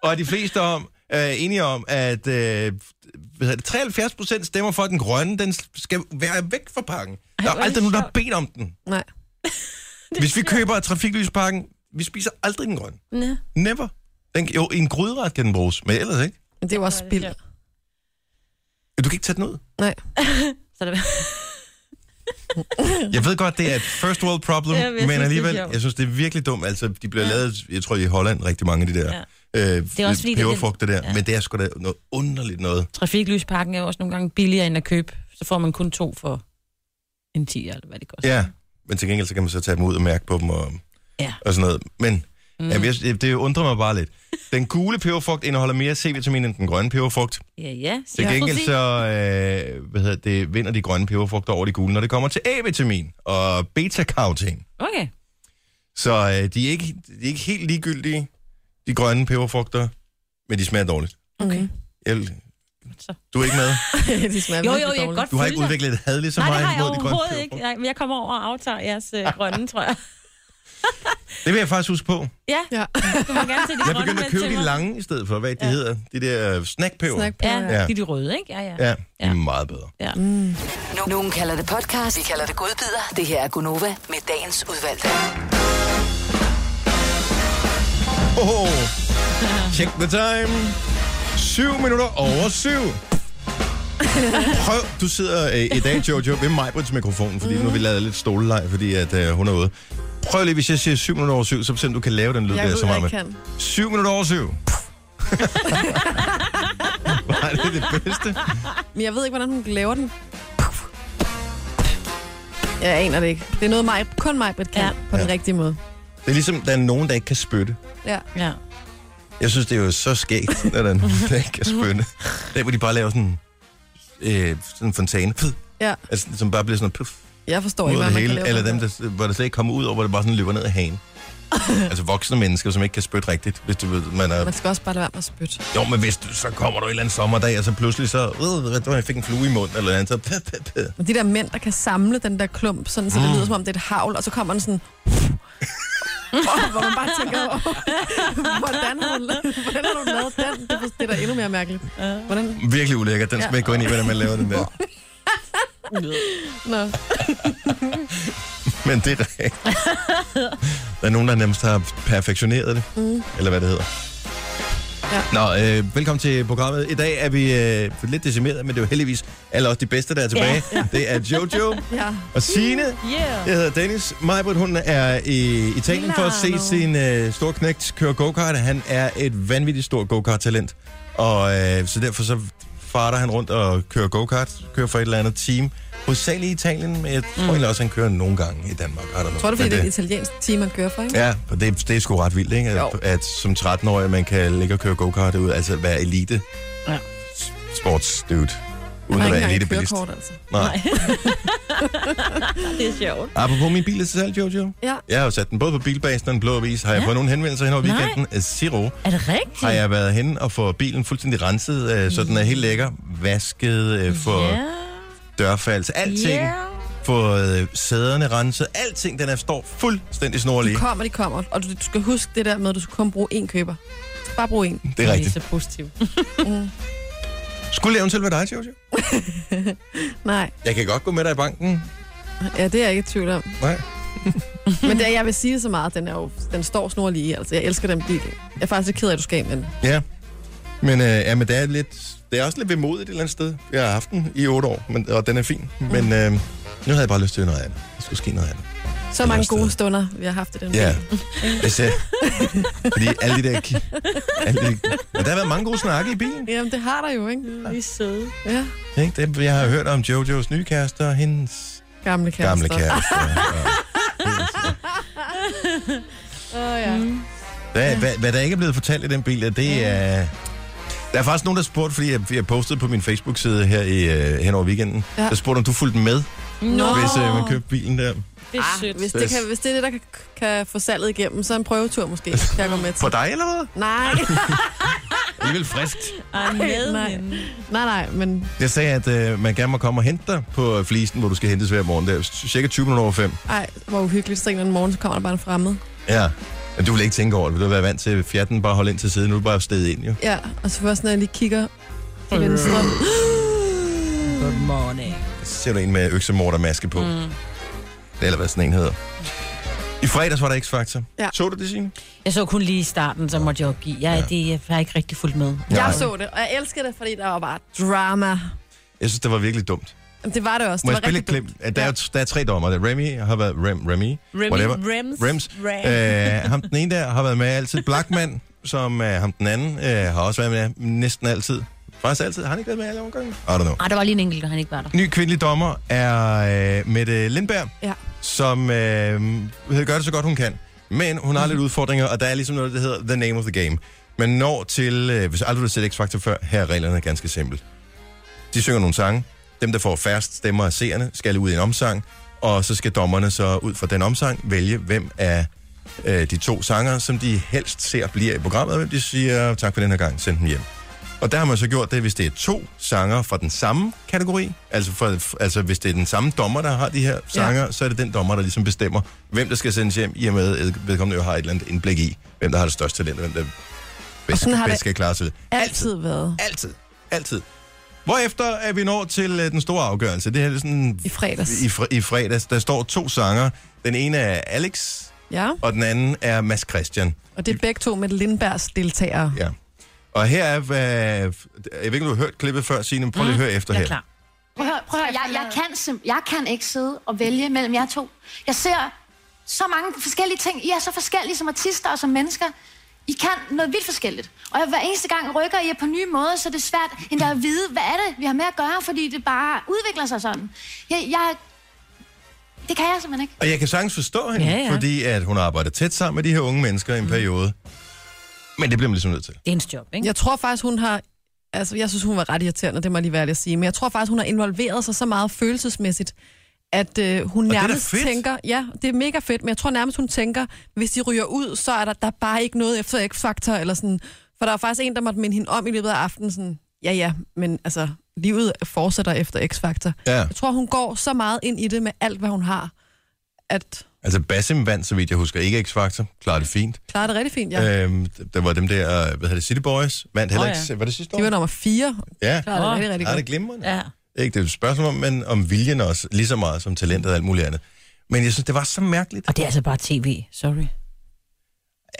A: og de fleste om, er enige om, at øh, hvad hedder det, 73% stemmer for, at den grønne den skal være væk fra pakken. Der er
B: hvor er
A: aldrig
B: det
A: nogen, der har
B: sjovt.
A: bedt om den.
C: Nej.
A: Hvis vi køber af trafiklyspakken, vi spiser aldrig den grønne.
B: Nå.
A: Never. Den, jo, i en gryderet kan den bruges, men ellers ikke.
C: Men det er jo også spild.
A: Du kan ikke tage den ud.
C: Nej.
B: Så er det
A: Jeg ved godt, det er et first world problem,
B: Ja, men jeg
A: men
B: synes, det er
A: alligevel,
B: sjovt.
A: jeg synes, det er virkelig dumt. Altså, de bliver ja. lavet, jeg tror, i Holland rigtig mange af de der ja. øh, det
B: er også fordi, det er den-
A: peberfrugter der, ja.
B: Ja.
A: men det er sgu da noget underligt noget.
B: Trafiklyspakken er jo også nogle gange billigere end at købe. Så får man kun to for en 10, eller hvad det koster.
A: Ja, men til gengæld, så kan man så tage dem ud og mærke på dem og,
B: Ja.
A: og sådan noget. Men mm. jamen, jeg, det undrer mig bare lidt. Den gule peberfrugt indeholder mere C-vitamin end den grønne peberfrugt.
B: Ja, ja.
A: Til
B: Ja.
A: gengæld
B: Præcis.
A: så øh, hvad hedder det, vinder de grønne peberfrugter over de gule, når det kommer til A-vitamin og beta-karotin.
B: Okay.
A: Så øh, de, er ikke, de er ikke helt ligegyldige, de grønne peberfrugter, men de smager dårligt.
C: Okay.
A: Jeg,
B: Så.
A: du er ikke med.
C: det smager
B: Jo, jo,
C: virkelig
B: jeg kan
C: dårligt.
B: godt
A: Du har
B: følge
A: ikke
B: dig.
A: udviklet et had lige så
B: Nej, det
A: meget
B: har jeg
A: imod de grønne
B: overhovedet ikke.
A: peberfrugter.
B: Nej, men jeg kommer over og aftager jeres øh, grønne, tror jeg.
A: Det vil jeg faktisk huske på.
B: Ja,
C: Ja.
B: du må gerne tage de
A: Jeg
B: grønne
A: begyndte at
B: med
A: købe
B: til
A: de
B: mig.
A: lange i stedet for, hvad de
B: Ja.
A: hedder. De der øh, snackpeber.
C: Snak på,
B: Ja,
C: ja.
A: Ja.
B: de er de røde, ikke? Ja, ja.
A: Ja, de
B: Ja.
A: er meget bedre.
D: Nu- Nogen kalder det podcast, vi kalder det godbider. Det her er Gunova med dagens udvalgte.
A: Oh, check the time. 7 minutter over 7. Prøv, du sidder øh, i dag, Jojo, ved mig på mikrofonen, fordi mm. nu har vi lavet lidt stolelej, fordi at, øh, hun er ude. Prøv lige, hvis jeg siger 7 minutter over 7, så se om du kan lave den lyd,
C: Jeg
A: der
C: ved,
A: så meget
C: jeg
A: med.
C: kan.
A: 7 minutter over 7. Var det det bedste?
C: Men jeg ved ikke, hvordan hun laver den. Jeg aner det ikke. Det er noget, mig, kun mig, Britt kan
B: Ja.
C: ja. på den
A: Ja.
C: rigtige måde.
A: Det er ligesom, der er nogen, der ikke kan spytte.
C: Ja.
B: Ja.
A: Jeg synes, det er jo så skægt, når der er nogen, der ikke kan spytte. Der hvor de bare laver sådan, øh, sådan en fontæne. Puff.
C: Ja.
A: Altså, som bare bliver sådan noget puff.
C: Jeg forstår
A: ud
C: ikke,
A: af
C: hvordan
A: det
C: man kan
A: hele,
C: lave
A: eller
C: den
A: dem,
C: der.
A: der, hvor der slet ikke kommer ud over, hvor det bare sådan løber ned af hagen. altså voksne mennesker, som ikke kan spytte rigtigt, hvis du ved, man er...
C: Man skal også bare lade være med at spytte.
A: Jo, men hvis du, så kommer du en eller anden sommerdag, og så pludselig så... Øh, ved du, jeg fik en flue i munden, eller noget andet, så... Pæ, pæ, pæ.
C: Men de der mænd, der kan samle den der klump, sådan, så det
A: Ah.
C: lyder som om, det er et havl, og så kommer den sådan... oh, hvor man bare tænker, oh, hvordan, har du, la- hvordan har du lavet den? Det, er- det er da endnu mere mærkeligt. Hvordan?
A: Virkelig ulækkert, den skal
C: Ja.
A: ja. ikke gå ind i, hvordan man laver den der.
C: Nå.
A: Men det er rigtigt. Der er nogen, der nærmest har perfektioneret det. Mm. Eller hvad det hedder.
C: Ja.
A: Nå, øh, velkommen til programmet. I dag er vi øh, lidt decimeret, men det er jo heldigvis alle os de bedste, der er tilbage. Ja. Det er Jojo
C: Ja.
A: og Signe.
C: Mm,
B: Yeah.
A: Jeg hedder Dennis. Majbert, hun er i Italien for at se
C: Milano.
A: sin øh, store knægt køre go-kart. Han er et vanvittigt stort go-kart-talent. Og øh, så derfor så farter han rundt og kører go-kart, kører for et eller andet team. Hovedsageligt i Italien, men jeg tror egentlig også, han kører nogle gange i Danmark. I don't know.
C: Mm. Tror du, fordi
A: Men
C: det er et italiensk team, man kører for, ikke?
A: Ja, og det, det er sgu ret vildt, ikke?
C: Jo.
A: At, at som 13-årig, man kan ligge og køre go-kart ud, altså være elite
B: Ja.
A: s- sports dude. Uden
C: Man
A: at
C: har ikke
A: være
C: engang
A: elite
C: et
A: bilist.
C: kørekort, altså.
A: Nej.
B: Det er sjovt.
A: Apropos min bil er til salg, Jojo.
C: Ja.
A: Jeg har jo sat den både på bilbasen og den blå avis. Har jeg
B: Ja.
A: fået nogle henvendelser hen over
B: Nej.
A: weekenden? Øh, Zero.
B: Er det rigtigt?
A: Har jeg været hen og få bilen fuldstændig renset, øh, så den er helt lækker. Vasket, øh, for
B: Ja.
A: dørfalds, alting.
B: Ja.
A: Yeah. Fået øh, sæderne renset, alting, den er, står fuldstændig snorlig.
C: De kommer, de kommer. Og du, du skal huske det der med, at du skal kun bruge én køber. Du skal bare bruge én.
A: Det er rigtigt.
B: så positivt.
A: Skulle det eventuelt være dig, Jojo?
C: Nej,
A: Jeg kan godt gå med dig i banken.
C: ja, det er jeg ikke i tvivl om.
A: Nej.
C: Men det, jeg vil sige så meget, den, er jo, den står snorlige. Altså, jeg elsker den bil. Jeg er faktisk lidt ked af, at du skal af med den.
A: Ja. Men, øh, ja, men det, er lidt, det er også lidt vemodigt et eller andet sted. Jeg har haft den i otte år, men, og den er fin. Men øh, nu havde jeg bare lyst til noget andet. Der skulle ske noget andet.
C: Så mange
A: også
C: gode
A: det.
C: stunder, vi har haft i den
A: Ja.
C: bil.
A: Hvis, øh, fordi alle de der... ki- Alle de, men der har været mange gode snakke i bilen.
C: Jamen, det har der jo, ikke?
B: Vi er søde.
C: Ja.
A: Ikke? Det, jeg har hørt om Jojos nye kæreste og hendes
C: Gamle kærester.
A: gamle kæreste.
C: Åh, ja.
B: Mm,
A: Hvad, hvad, hvad der ikke er blevet fortalt i den bil, det er... Der er faktisk nogen, der spurgte, fordi jeg, jeg postede på min Facebook-side her i, øh, hen over weekenden. Ja.
C: Ja.
A: Der spurgte, om du fulgte med,
B: Nå,
A: oh. hvis øh, man købte bilen der.
B: det er sødt.
C: Ah, hvis, det kan, hvis det er det, der kan, kan få salget igennem, så en prøvetur måske, kan jeg gå med til.
A: På dig eller hvad?
C: Nej,
A: Alligevel friskt.
B: Ej, med
C: nej.
B: hende.
C: nej, nej, men
A: Jeg sagde, at øh, man gerne må komme og hente dig på øh, flisen, hvor du skal hentes hver morgen. Det er cirka 20 minutter over 5.
C: ej, hvor uhyggeligt. Så en eller anden morgen, så kommer der bare en fremmed.
A: Ja. Men du vil ikke tænke over det, for du har været vant til fjatten, bare holde ind til siden. Nu er du bare steget ind, jo.
C: Ja, og så først, når jeg lige kigger til venstre.
B: Good morning.
A: Så ser du en med øksemordermaske på. Mm. Eller hvad sådan en hedder. I fredags var der X-Factor.
C: Ja.
A: Så du det, Signe?
B: Jeg så kun lige i starten, så måtte jeg opgive. Jeg, ja. det, jeg har ikke rigtig fulgt med.
A: Nej.
C: Jeg så det, og jeg elskede det, fordi der var bare drama.
A: Jeg synes, det var virkelig dumt.
C: Jamen, det var det også.
A: Må
C: Altså,
A: jeg
C: det
A: spille
C: var
A: et
C: rigtig
A: klip?
C: dumt.
A: Ja, Der er, jo- der er tre dommer. Der. Remy har været... Rem, Remy?
B: Remy,
A: whatever.
B: Rems,
A: Rems.
B: Ram.
A: Øh, ham den ene der har været med altid. Blackman, som øh, ham den anden, øh, har også været med næsten altid. Faktisk altid. Har han ikke været med alle omgange? I don't know.
B: Ej, der var lige en enkelt, der han ikke var der.
A: Ny kvindelig dommer er øh, Mette Lindberg,
C: Ja.
A: som øh, gør det så godt hun kan. Men hun har lidt udfordringer, og der er ligesom noget, der hedder the name of the game. Man når til, øh, hvis aldrig du har set X-Factor før, her er reglerne ganske simpelt. De synger nogle sange. Dem, der får færrest stemmer af seerne, skal ud i en omsang. Og så skal dommerne så ud fra den omsang vælge, hvem af øh, de to sanger, som de helst ser bliver i programmet, og hvem de siger tak for den her gang, send dem hjem. Og der har man så gjort det, hvis det er to sanger fra den samme kategori, altså, for, altså hvis det er den samme dommer, der har de her sanger, ja. så er det den dommer, der ligesom bestemmer, hvem der skal sendes hjem, i og med at vedkommende jo har et eller andet indblik i, hvem der har det største talent, og hvem der bedst,
C: sådan har
A: bedst
C: det
A: skal klare sig. det.
C: Altid været
A: Altid. Altid. Hvorefter er vi nået til øh, den store afgørelse. Det her er sådan...
C: i fredags.
A: I, fr- I fredags, der står to sanger. Den ene er Alex,
C: Ja,
A: og den anden er Mads Christian.
C: og det er begge to med Lindbergs deltagere.
A: Ja. Og her er, hvad... Jeg ved ikke, om du har hørt klippet før, Signe, men prøv lige at høre efter
B: Jeg
A: her.
B: er klar.
E: Prøv, at høre, prøv at høre, jeg, jeg, kan sim- jeg kan ikke sidde og vælge mellem jer to. Jeg ser så mange forskellige ting. I er så forskellige som artister og som mennesker. I kan noget vildt forskelligt. Og jeg, hver eneste gang rykker I jer på nye måder, så det er svært endda at vide, hvad er det, vi har med at gøre, fordi det bare udvikler sig sådan. Jeg, jeg, det kan jeg simpelthen ikke.
A: Og jeg kan sagtens forstå hende,
B: Ja, ja.
A: fordi at hun arbejder tæt sammen med de her unge mennesker i en mm. periode. Men det bliver man ligesom nødt til.
B: Det er en job, ikke?
C: Jeg tror faktisk, hun har... Altså, jeg synes, hun var ret irriterende, det må jeg lige være ærlig at sige. Men jeg tror faktisk, hun har involveret sig så meget følelsesmæssigt, at øh, hun
A: da
C: nærmest
A: fedt.
C: tænker... Ja, det er mega fedt, men jeg tror nærmest, hun tænker, hvis de ryger ud, så er der, der er bare ikke noget efter X-faktor, eller sådan... For der var faktisk en, der måtte minde hende om i løbet af aftenen, sådan... Ja, ja, men altså, livet fortsætter efter X-faktor.
A: Ja.
C: Jeg tror, hun går så meget ind i det med alt, hvad hun har, at
A: Altså Basim vandt, så vidt jeg husker, ikke X-Factor. Klarer det fint.
C: klarer det rigtig fint, ja. Øh,
A: Ja. Øhm, der var dem der, hvad hedder det, City Boys. Vandt heller
B: Åh,
A: ikke.
B: ja.
A: Oh, ja. Var det sidste år?
C: de var nummer fire,
A: ja.
C: klarer det
B: Åh,
C: rigtig, rigtig
A: Ja, det er
C: godt.
A: glimrende.
B: Ja.
A: Ikke, det er et spørgsmål om, men om viljen også, lige så meget som talentet og alt muligt andet. Men jeg synes, det var så mærkeligt.
B: Og det er altså bare tv, sorry.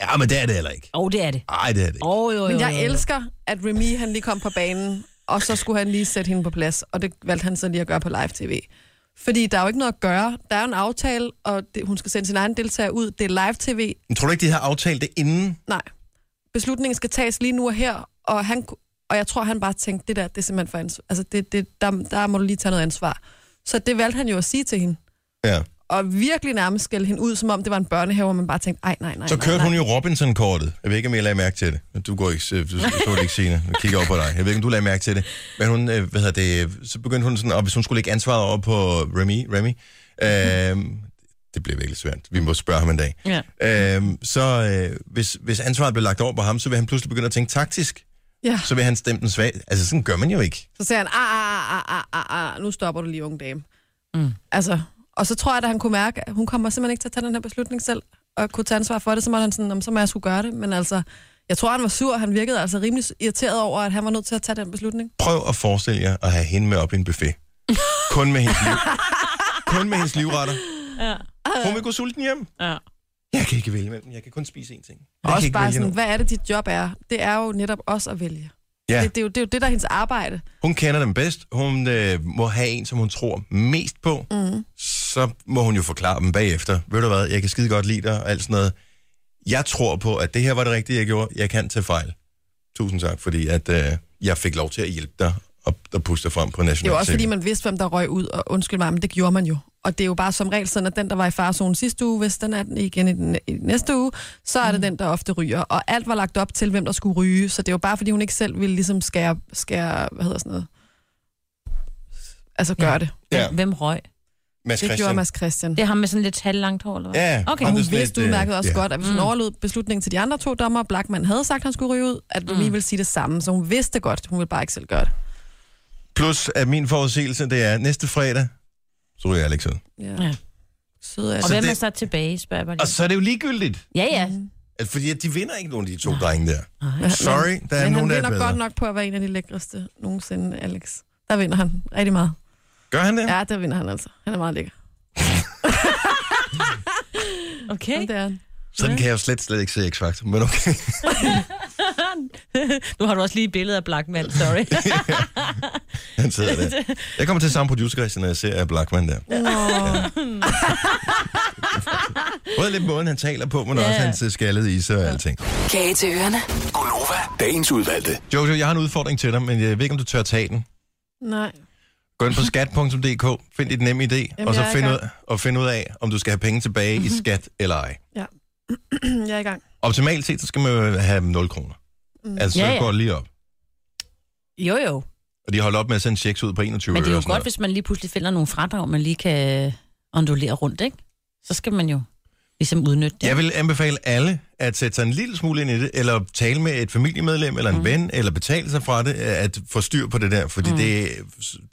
A: Ja, men det er det heller ikke.
B: Åh, oh, det er det.
A: Nej, det er det ikke.
B: Åh, oh, jo, jo,
C: Men
B: jo,
C: jeg
B: jo.
C: elsker, at Remy han lige kom på banen, og så skulle han lige sætte hende på plads, og det valgte han så lige at gøre på live-tv. Fordi der er jo ikke noget at gøre. Der er jo en aftale, og det, hun skal sende sin egen deltager ud. Det er live-tv.
A: Men tror du ikke, de har aftalt det inden?
C: Nej. Beslutningen skal tages lige nu og her, og, han, ku- og jeg tror, han bare tænkte, det der, det er simpelthen for ansvar. Altså, det, det, der, der må du lige tage noget ansvar. Så det valgte han jo at sige til hende.
A: Ja.
C: Og virkelig nærmest skælde hende ud, som om det var en børnehave, og man bare tænkte, ej, nej, nej,
A: Så
C: nej,
A: kørte
C: nej.
A: hun jo Robinson-kortet. Jeg ved ikke, om jeg lagde mærke til det. Du går ikke, øh, du så det ikke, Signe. Jeg kigger over på dig. Jeg ved ikke, om du lagde mærke til det. Men hun, øh, hvad hedder det, øh, så begyndte hun sådan, og hvis hun skulle lægge ansvaret over på Remy, Remy øh, det bliver virkelig svært. Vi må spørge ham en dag.
B: Ja.
A: Øh, så øh, hvis, hvis ansvaret blev lagt over på ham, så vil han pludselig begynde at tænke taktisk.
C: Ja.
A: Så vil han stemme den svag. Altså, sådan gør man jo ikke.
C: Så sagde han, ah, ah, ah, ah, ah, ah, nu stopper du lige, unge dame. Mm. Altså, og så tror jeg, at han kunne mærke, at hun kommer simpelthen ikke til at tage den her beslutning selv, og kunne tage ansvar for det, så var han sådan, "Nå, så må jeg skulle gøre det. Men altså, jeg tror, han var sur, og han virkede altså rimelig irriteret over, at han var nødt til at tage den beslutning.
A: Prøv at forestille jer at have hende med op i en buffet. Kun med hendes liv. Kun med hendes livretter.
B: Ja.
A: Hun vil gå sulten hjem.
B: Ja.
A: Jeg kan ikke vælge imellem. dem. Jeg kan kun spise én ting. Jeg
C: Og
A: kan
C: også
A: ikke
C: bare
A: vælge
C: sådan,
A: nogen.
C: hvad er det, dit job er? Det er jo netop også at vælge.
A: Ja.
C: Ja. Det, det, er jo, det er jo det, der er hendes arbejde.
A: Hun kender dem bedst. Hun øh, må have en, som hun tror mest på. Mm. Så må hun jo forklare dem bagefter. Ved du hvad, jeg kan skide godt lide dig og alt sådan noget. Jeg tror på, at det her var det rigtige, jeg gjorde. Jeg kan tage fejl. Tusind tak, fordi at, øh, jeg fik lov til at hjælpe dig og, og puste dig frem på
C: Det er
A: national
C: jo også, fordi
A: TV.
C: man vidste, hvem der røg ud, og undskyld mig, men det gjorde man jo. Og det er jo bare som regel sådan, at den, der var i farzonen sidste uge, hvis den er den igen i, den, i næste uge, så er
B: Mm.
C: det den, der ofte ryger. Og alt var lagt op til, hvem der skulle ryge, så det er jo bare, fordi hun ikke selv ville ligesom skære, skære hvad hedder sådan noget, altså gøre
B: Ja.
C: det.
A: Ja,
B: Hvem, hvem røg?
A: Mads
C: Det
A: Christian.
C: gjorde Mads Christian.
B: Det er ham med sådan lidt halvlangt hår, eller hvad?
A: Ja,
B: Okay.
A: ham,
C: Og
A: der
C: hun
A: sådan
C: vidste
A: lidt, øh,
C: udmærket også
A: ja.
C: godt, at hvis hun
B: Mm.
C: overlod beslutningen til de andre to dommer, og Blackman havde sagt, at han skulle ryge ud, at Lemie
B: Mm.
C: ville sige det samme. Så hun vidste godt, hun ville bare ikke selv gøre det.
A: Plus, at min forudsigelse, det er næste fredag, så ryger Alex ud.
C: Ja.
B: Ja.
C: Sød af
B: Og
A: Så
B: hvem
A: Altså, det-
B: er så tilbage, spørger jeg bare
A: Og
B: lige.
A: så er det jo ligegyldigt,
B: Ja, ja.
C: Mm.
A: at fordi at de vinder ikke nogen af de to drenge der.
B: Nej.
A: Sorry, der er
C: Men
A: nogen,
C: han
A: der er
C: vinder
A: bedre.
C: godt nok på at være en af de lækreste nogensinde, Alex. Der vinder han rigtig meget.
A: Gør han det?
C: Ja, der vinder han altså. Han er meget lækker.
B: Okay.
C: Jamen, det er han.
A: Sådan kan jeg jo slet, slet ikke se X-Factor, men okay.
B: nu har du også lige et billede af Blackman, sorry.
A: Han sidder der. Jeg kommer til samme producer, Christian, når jeg ser øh, Blackman der. Både lidt måden, han taler på, men også
B: Ja.
A: hans øh, skaldede is og alting.
D: Kage til ørerne.
F: Gonova, dagens udvalgte.
A: Jojo, jeg har en udfordring til dig, men jeg ved ikke, om du tør tage den.
C: Nej.
A: Gå ind på skat.dk, find dit nemme idé, og så
C: jeg er i
A: find ud,
C: gang.
A: og find ud af, om du skal have penge tilbage
B: Mhm.
A: i skat eller ej.
C: Jeg er i gang. Mm.
A: Optimalt set, så skal man jo have 0 kroner. Altså, så
B: Ja, ja.
A: går det lige op.
B: Jo, jo.
A: Og de holder op med at sende checks ud på 21
B: Men det er
A: øre
B: jo
A: og sådan
B: godt, hvis man lige pludselig finder nogle fradrag, man lige kan ondulere rundt, ikke? Så skal man jo ligesom udnytte det.
A: Jeg vil anbefale alle at sætte sig en lille smule ind i det, eller tale med et familiemedlem, eller en
C: Mhm.
A: mm. ven, eller betale sig fra det, at få styr på det der. Fordi mm. det,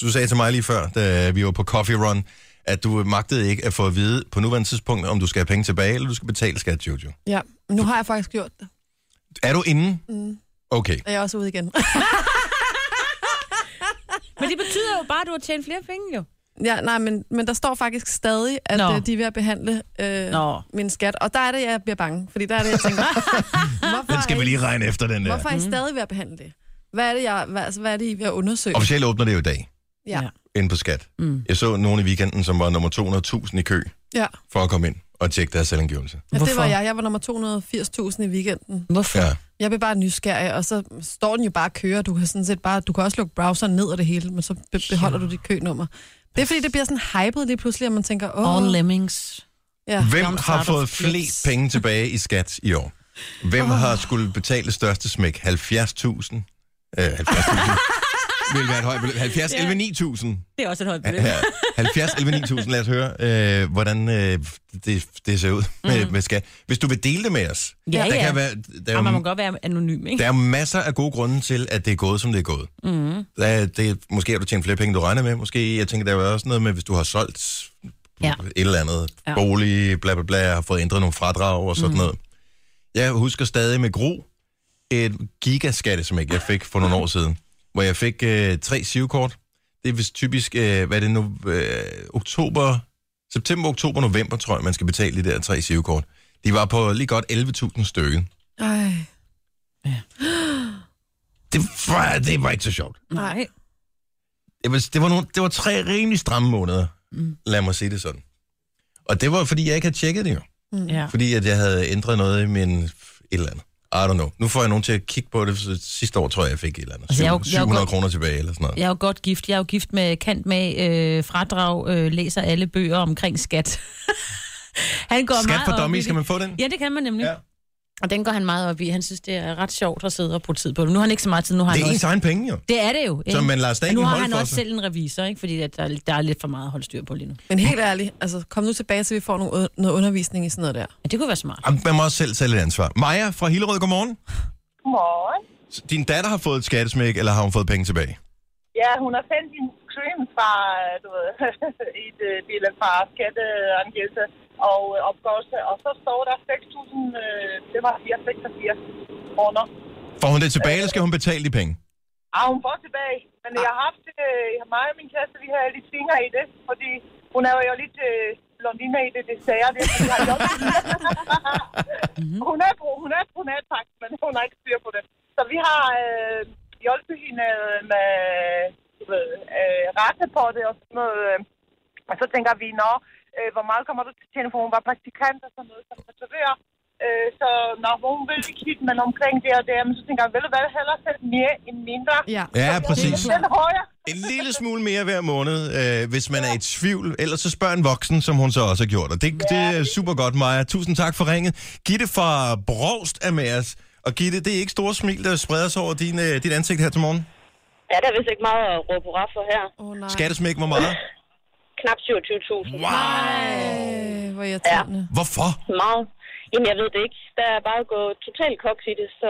A: du sagde til mig lige før, da vi var på Coffee Run, at du magtede ikke at få at vide på nuværende tidspunkt, om du skal have penge tilbage, eller du skal betale skat, Jojo.
C: Ja, men nu har jeg faktisk gjort det.
A: Er du inde? Mm. Okay.
C: Og jeg er også ude igen.
B: Men det betyder jo bare, at du har tjent flere penge, jo.
C: ja, nej, men, men der står faktisk stadig, at
B: Nå.
C: øh, de er ved at behandle øh,
B: Nå.
C: min skat. Og der er det, jeg bliver bange. Fordi der er det, jeg tænker, hvorfor,
A: Den skal
C: er
A: vi
C: I,
A: lige regne efter, den der. Mhm.
C: hvorfor er
B: Mm.
C: I stadig ved at behandle det? Hvad er det, jeg, hvad, altså, hvad er det I er ved at undersøge?
A: Officielt åbner det jo i dag,
C: Ja.
A: inde på skat. Mm. Jeg så nogen i weekenden, som var nummer 200.000 i kø
C: ja.
A: for at komme ind og tjekke deres selvangivelse.
C: Ja, det
B: Hvorfor?
C: var jeg. Jeg var nummer 280.000 i weekenden.
B: Hvorfor?
A: Ja.
C: Jeg blev bare nysgerrig, og så står den jo bare og kører. Du kan, sådan set bare, du kan også lukke browseren ned og det hele, men så be- beholder du dit kønummer. Det er fordi, det bliver sådan hypet lige pludselig, og man tænker, åh,
B: All lemmings.
C: ja.
A: Hvem
B: Jump
A: har
B: start
A: fået
B: of
A: flest
B: flips.
A: penge tilbage i skat i år? Hvem har skulle betale største smæk? 70.000? Øh, 70.000 vil være et højt beløb. 70, 11, 9.000.
B: Det er også et højt beløb.
A: Ja, 70, 11, 9.000. Lad os høre, øh, hvordan øh, det, det ser ud med, med skat. Hvis du vil dele det med os.
B: Mhm. Ja,
A: der
B: ja.
A: Kan være, der, er
B: Og man må
A: jo,
B: godt være anonym, ikke?
A: der er jo masser af gode grunde til, at det er gået, som det er gået. Mm. Der, er- det, er- måske har du tjent flere penge, end du regner med. Måske, jeg tænker, der er jo også noget med, hvis du har solgt ja.
B: Ja.
A: et eller andet ja.
B: Ja.
A: bolig, bla bla bla, har fået ændret nogle fradrag og sådan mm. noget. Jeg husker stadig med gro et gigaskattesmæk, jeg fik for nogle år siden, hvor jeg fik øh, tre sivkort. Det er vist typisk, øh, hvad er det nu, øh, oktober, september, oktober, november, tror jeg, man skal betale de der tre sivkort. De var på lige godt 11.000 stykke.
C: Ej,
A: Det var, det var ikke så sjovt.
B: Nej.
A: det var, det var, nogle, det var tre rimelig stramme måneder, mm. lad mig sige det sådan. Og det var, fordi jeg ikke havde tjekket det jo.
B: Mm. Ja.
A: Fordi at jeg havde ændret noget i min et eller andet. I don't know. Nu får jeg nogen til at kigge på det, så sidste år tror jeg, jeg fik et eller andet.
B: Altså, jeg er jo-
A: Syv-
B: jeg er jo
A: 700
B: godt-
A: kroner tilbage eller sådan noget.
B: Jeg er jo godt gift. Jeg er jo gift med kant med øh, fradrag, øh, læser alle bøger omkring skat. han går
A: Skat
B: meget
A: for
B: op i
A: dummy,
B: det.
A: skal man få den?
B: Ja, det kan man nemlig.
A: Ja.
B: Ja. Og den går han meget op i. Han synes, det er ret sjovt at sidde og bruge tid på det. Nu har han ikke så meget tid. Nu har
A: Det er
B: han
A: ens
B: også...
A: egen penge jo.
B: Det er det jo. ikke?
A: Som man lader
B: Men
A: staten
B: nu har
A: holde
B: han
A: for sig.
B: også selv en revisor, ikke? fordi at der, der er lidt for meget at holde styr på lige nu.
C: men helt ærligt, altså, kom nu tilbage, så vi får nogle, noget undervisning i sådan noget der.
B: Ja, det kunne være smart.
A: Jamen, Man må også selv tage lidt ansvar. Maja fra Hillerød, godmorgen.
G: Godmorgen.
A: Din datter har fået et skattesmæk, eller har hun fået penge tilbage?
G: Ja, hun har sendt sin extreme fra, øh, du ved, et øh, billede fra skatteangivelse og øh, opgørelse, og så står der 6.000, øh, det var 86 kroner.
A: Får hun det tilbage, eller skal hun betale de penge?
G: Ah, hun får tilbage, men jeg har haft, øh, mig og min kæreste, vi har lidt fingre i det, fordi hun er jo lidt øh, blondiner i det, det sager det, fordi jeg har jobbet. hun er, bro- hun er brunatpagt, men hun har ikke styr på det. Så vi har øh, hjulpet hende øh, med du ved, øh, rette på det og sådan noget. øh. Og så tænker vi, nå, øh, hvor meget kommer du til at tjene, for hun var praktikant og sådan noget som tatovør. Øh, så nå, hvor hun vil ikke kigge, men omkring det og det, men så tænker jeg, vil du hvad, hellere sætte mere end mindre?
C: Ja.
A: Ja, præcis.
G: Den højere.
A: En lille smule mere hver måned, øh, hvis man er i tvivl. Ellers så spørg en voksen, som hun så også har gjort. Og det, det er super godt, Maja. Tusind tak for ringet. Gitte fra Brogst er med os. Og Gitte, det er ikke store smil, der spreder sig over din, øh, dit ansigt her til morgen.
H: Ja, der er vist ikke meget at råbe hurra for her.
C: Åh, oh, nej.
A: Skattesmæk, hvor meget?
H: Knap 27.000.
C: Ej, hvor irriterende. Ja.
A: Hvorfor?
H: Meget. Jamen, jeg ved det ikke. Der er bare gået totalt koks i det, så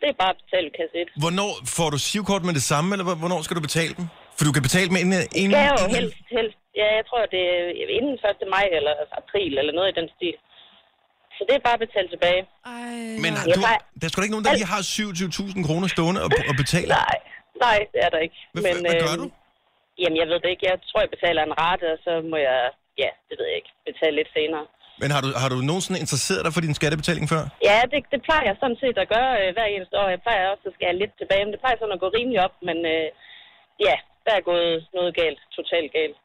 H: det er bare betalt kasset.
A: Hvornår får du sivkort med det samme, eller hvor- hvornår skal du betale dem? For du kan betale med en... øh, en
H: Skal jeg jo
A: en-
H: helst, helst. Ja, jeg tror, det er inden 1. maj eller april eller noget i den stil. Så det er bare betalt tilbage.
C: Ej,
A: Men
C: nej.
A: du,
H: nej.
A: der er sgu da ikke nogen, der lige har 27.000 kroner stående og, og betale.
H: Nej, nej, det er der ikke.
A: Hvad- hvad gør
H: øhm,
A: du?
H: Jamen, jeg ved det ikke. Jeg tror, jeg betaler en rate, og så må jeg, ja, det ved jeg ikke, betale lidt senere.
A: Men har du, har du nogensinde interesseret dig for din skattebetaling før?
H: Ja, det, det plejer jeg sådan set at gøre øh, hver eneste år. Jeg plejer også at skal have lidt tilbage, men det plejer sådan at gå rimelig op. Men øh, ja, der er gået noget galt, totalt galt.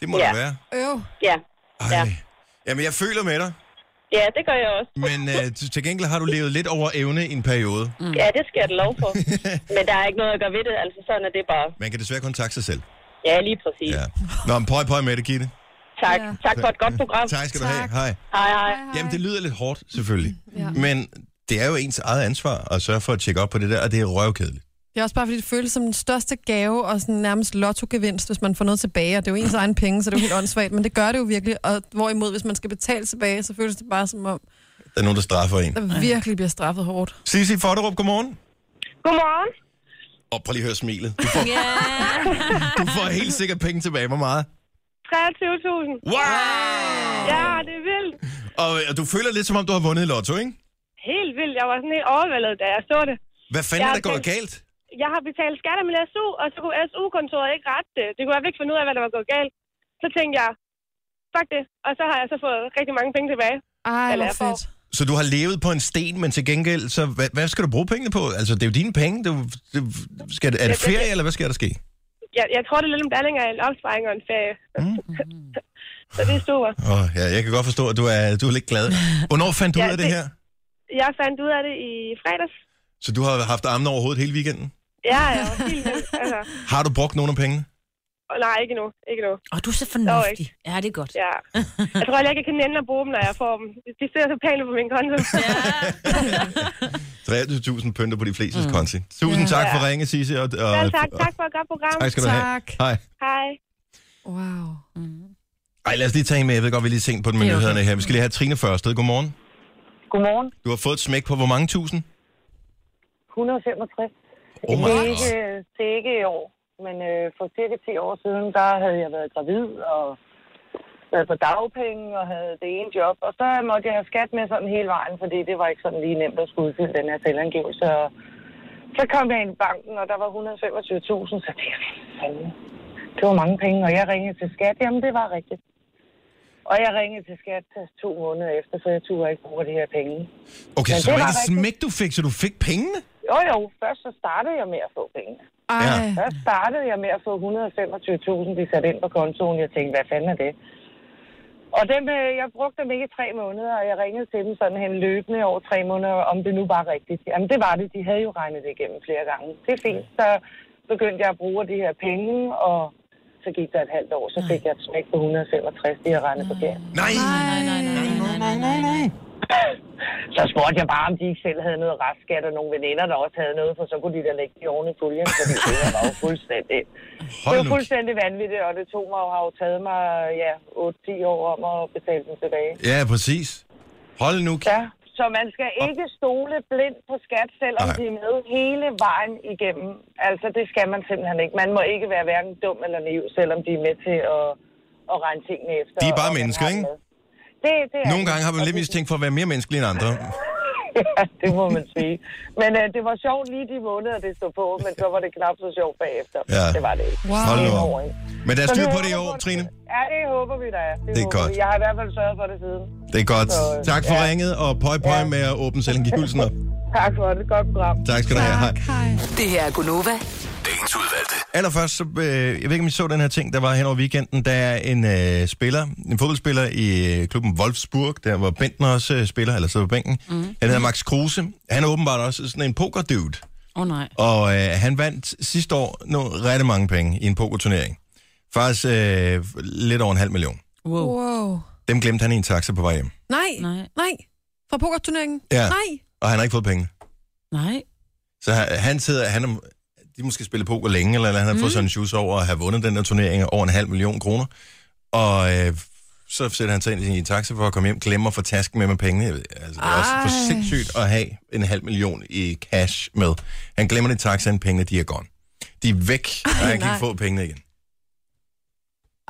A: Det må
H: Ja.
A: det være.
C: Øv.
H: Ja,
A: Ej. Ja.
H: Ja.
A: Jamen, jeg føler med dig,
H: ja det gør jeg også.
A: men øh, til til gengæld har du levet lidt over evne i en periode. Mm.
H: Ja, det skal jeg da lov for. men der er ikke noget at gøre ved det, altså sådan er det bare.
A: Man kan desværre kontakte sig selv.
H: Ja, lige præcis.
A: Ja.
H: Ja.
A: Nå, men pøj, pøj med det, Gitte.
H: Tak.
C: Ja.
H: Ja. tak for et godt program.
A: Tak skal du
C: Tak.
A: have. Hej.
H: Hej, hej.
A: Jamen, det lyder lidt hårdt, selvfølgelig. Ja. Men det er jo ens eget ansvar at sørge for at tjekke op på det der, og det er røvkedeligt.
C: Det er også bare, fordi det føles som den største gave og sådan nærmest lottogevinst, hvis man får noget tilbage. Og det er jo ens egen penge, så det er jo helt åndssvagt, men det gør det jo virkelig. Og hvorimod, hvis man skal betale tilbage, så føles det bare som om,
A: Der er nogen, der straffer en.
C: der virkelig bliver straffet hårdt.
A: Sisi Fotterup, godmorgen.
G: Godmorgen.
A: Og prøv lige at høre smilet. Du får, du får helt sikkert penge tilbage. Hvor meget?
G: 23.000.
A: Wow!
G: Ja, det er vildt.
A: Og, og du føler lidt, som om du har vundet i lotto, ikke?
G: Helt vildt. Jeg var sådan helt overvældet, da jeg så det.
A: Hvad fanden
G: Jeg
A: er
G: har
A: der gået
G: tænkt-
A: galt?
G: Jeg har betalt skatter med SU, og så kunne SU-kontoret ikke rette det. Det kunne jeg i hvert fald ikke finde ud af, hvad der var gået galt. Så tænkte jeg, fuck det. Og så har jeg så fået rigtig mange penge tilbage.
C: Ej,
G: Eller
C: hvor
G: jeg får-
C: fedt.
A: Så du har levet på en sten, men til gengæld, så hvad, hvad skal du bruge pengene på? Altså, det er jo dine penge. Det er, jo- det, skal, det- er det
G: Ja, det-
A: ferie, eller hvad skal der ske?
G: Jeg, jeg tror, det er lidt en blanding af en opsparing og en ferie. Mm. så det er super.
A: Åh, oh, ja, jeg kan godt forstå, at du er, du er lidt glad. Hvornår fandt du
G: Ja,
A: ud af det
G: det-
A: her?
G: Jeg fandt ud af det i fredags.
A: Så du har haft armene over hovedet hele weekenden?
G: Ja, jeg var helt vildt. Altså,
A: Har du brugt nogen af pengene?
G: og nej, ikke nu. Ikke nu.
B: Og du er så fornuftig. Ja, det er godt.
G: Ja. Jeg tror heller ikke, jeg kan nænde at bruge dem, når jeg får dem. De sidder så pænt på min konto.
A: 23.000 pønter på de flestes mm. konti. Tusind ja. tak for ringe, Sisse. Og, og,
G: Selv tak. Tak for et godt program.
A: tak skal du have.
C: Tak.
A: Hej.
G: Hej.
C: Wow.
A: Ej, lad os lige tage en med. Jeg ved godt, vi er lidt sent på den med
B: Det er okay.
A: nyhederne her. Vi skal lige have Trine Førsted. Godmorgen.
H: Godmorgen.
A: Du har fået et smæk på hvor mange tusind?
H: 165.
A: Oh my
H: Det er
A: god.
H: ikke, det er ikke i år, men øh, for cirka 10 år siden, der havde jeg været gravid og været på dagpenge og havde det ene job. Og så måtte jeg have skat med sådan hele vejen, fordi det var ikke sådan lige nemt at skulle udfylde den her selvangivelse. Og så kom jeg ind i banken, og der var 125.000, så det fandme. Det var mange penge, og jeg ringede til skat. Jamen, det var rigtigt. Og jeg ringede til skat to måneder efter, så jeg turde ikke bruge de her penge.
A: Okay,
H: Men
A: så
H: det
A: det var
H: var
A: ikke
H: rigtigt.
A: smæk, du fik, så du fik pengene?
H: Jo jo, først så startede jeg med at få pengene.
C: Ej.
A: Ja.
H: Der startede jeg med at få 125.000, de satte ind på kontoen. Jeg tænkte, hvad fanden er det? Og dem, øh, jeg brugte dem ikke i tre måneder, og jeg ringede til dem sådan hen løbende over tre måneder, om det nu var rigtigt. Jamen, det var det. De havde jo regnet det igennem flere gange. Det er fint. Så begyndte jeg at bruge de her penge, og så gik der et halvt år, så fik jeg et smæk på 165, de havde regnet forkert.
A: Nej. Nej, nej, nej, nej, nej, nej, nej.
H: Så spurgte jeg bare, om de ikke selv havde noget restskat, og nogle veninder, der også havde noget, for så kunne de da lægge de oven i puljen, fordi det her var jo fuldstændig det
A: Hold
H: var
A: nu.
H: fuldstændig vanvittigt, og det tog mig og har jo taget mig ja, 8-10 år om at betale dem tilbage.
A: Ja, præcis. Hold nu.
H: Ja, Så man skal ikke stole blindt på skat, selvom
A: Nej.
H: de er med hele vejen igennem. Altså, det skal man simpelthen ikke. Man må ikke være hverken dum eller naiv, selvom de er med til at, at regne tingene efter.
A: De er bare
H: og man
A: mennesker,
H: har
A: ikke?
H: med. Det, det er
A: Nogle
H: de.
A: gange har man
H: Og
A: lidt
H: det-
A: mistænkt for at være mere menneskelig end andre.
H: Ja, det må man sige. Men øh, det var sjovt lige de måneder, det stod på, men så var det knap så sjovt bagefter.
A: Ja.
H: Det var det ikke.
C: Wow.
A: Hold
H: Det
A: nu
H: er en
A: op.
H: år, ikke?
A: Men der er
H: Så
A: styr
H: det
A: på det i
H: håber
A: år,
H: vi-
A: Trine.
H: Ja, det håber vi, der er. Det,
A: er
H: håber
A: godt.
H: Vi. Jeg har i hvert fald sørget for det siden.
A: Det er
H: Så,
A: godt.
H: øh,
A: Tak for
H: ja.
A: ringet, og pøj pøj
H: Ja.
A: med at åbne selvangivelsen op.
H: Tak for det. Godt program.
A: Tak skal du have. Hej.
D: Det her er Gunova.
F: Dagens udvalgte.
A: Allerførst, så, øh, jeg ved ikke, om I så den her ting, der var hen over weekenden. Der er en øh, spiller, en fodboldspiller i øh, klubben Wolfsburg, der var Bentner også øh, spiller, eller sidder på bænken. Mm. Han hedder Max Kruse. Han er åbenbart også sådan en poker-dude.
B: Åh oh, nej.
A: Og øh, han vandt sidste år nogle rigtig mange penge i en pokerturnering. Faktisk øh, lidt over en halv million.
B: Wow.
C: Wow.
A: Dem glemte han i en taxa på vej hjem.
C: Nej,
B: Nej.
C: nej. Fra pokerturneringen?
A: Ja.
C: Nej.
A: Og han har ikke fået penge.
B: Nej.
A: Så han, han sidder, han er, de har måske spillet poker længe, eller han har mm. fået sådan en shoes over at have vundet den der turnering over en halv million kroner. Og øh, så sætter han sig ind i en taxa for at komme hjem, glemmer for tasken med med pengene. Jeg ved, Altså, det er også for
C: Ej.
A: sindssygt at have en halv million i cash med. Han glemmer det i taxaen, pengene de er gone. De er væk, og han kan
C: nej.
A: ikke få pengene igen.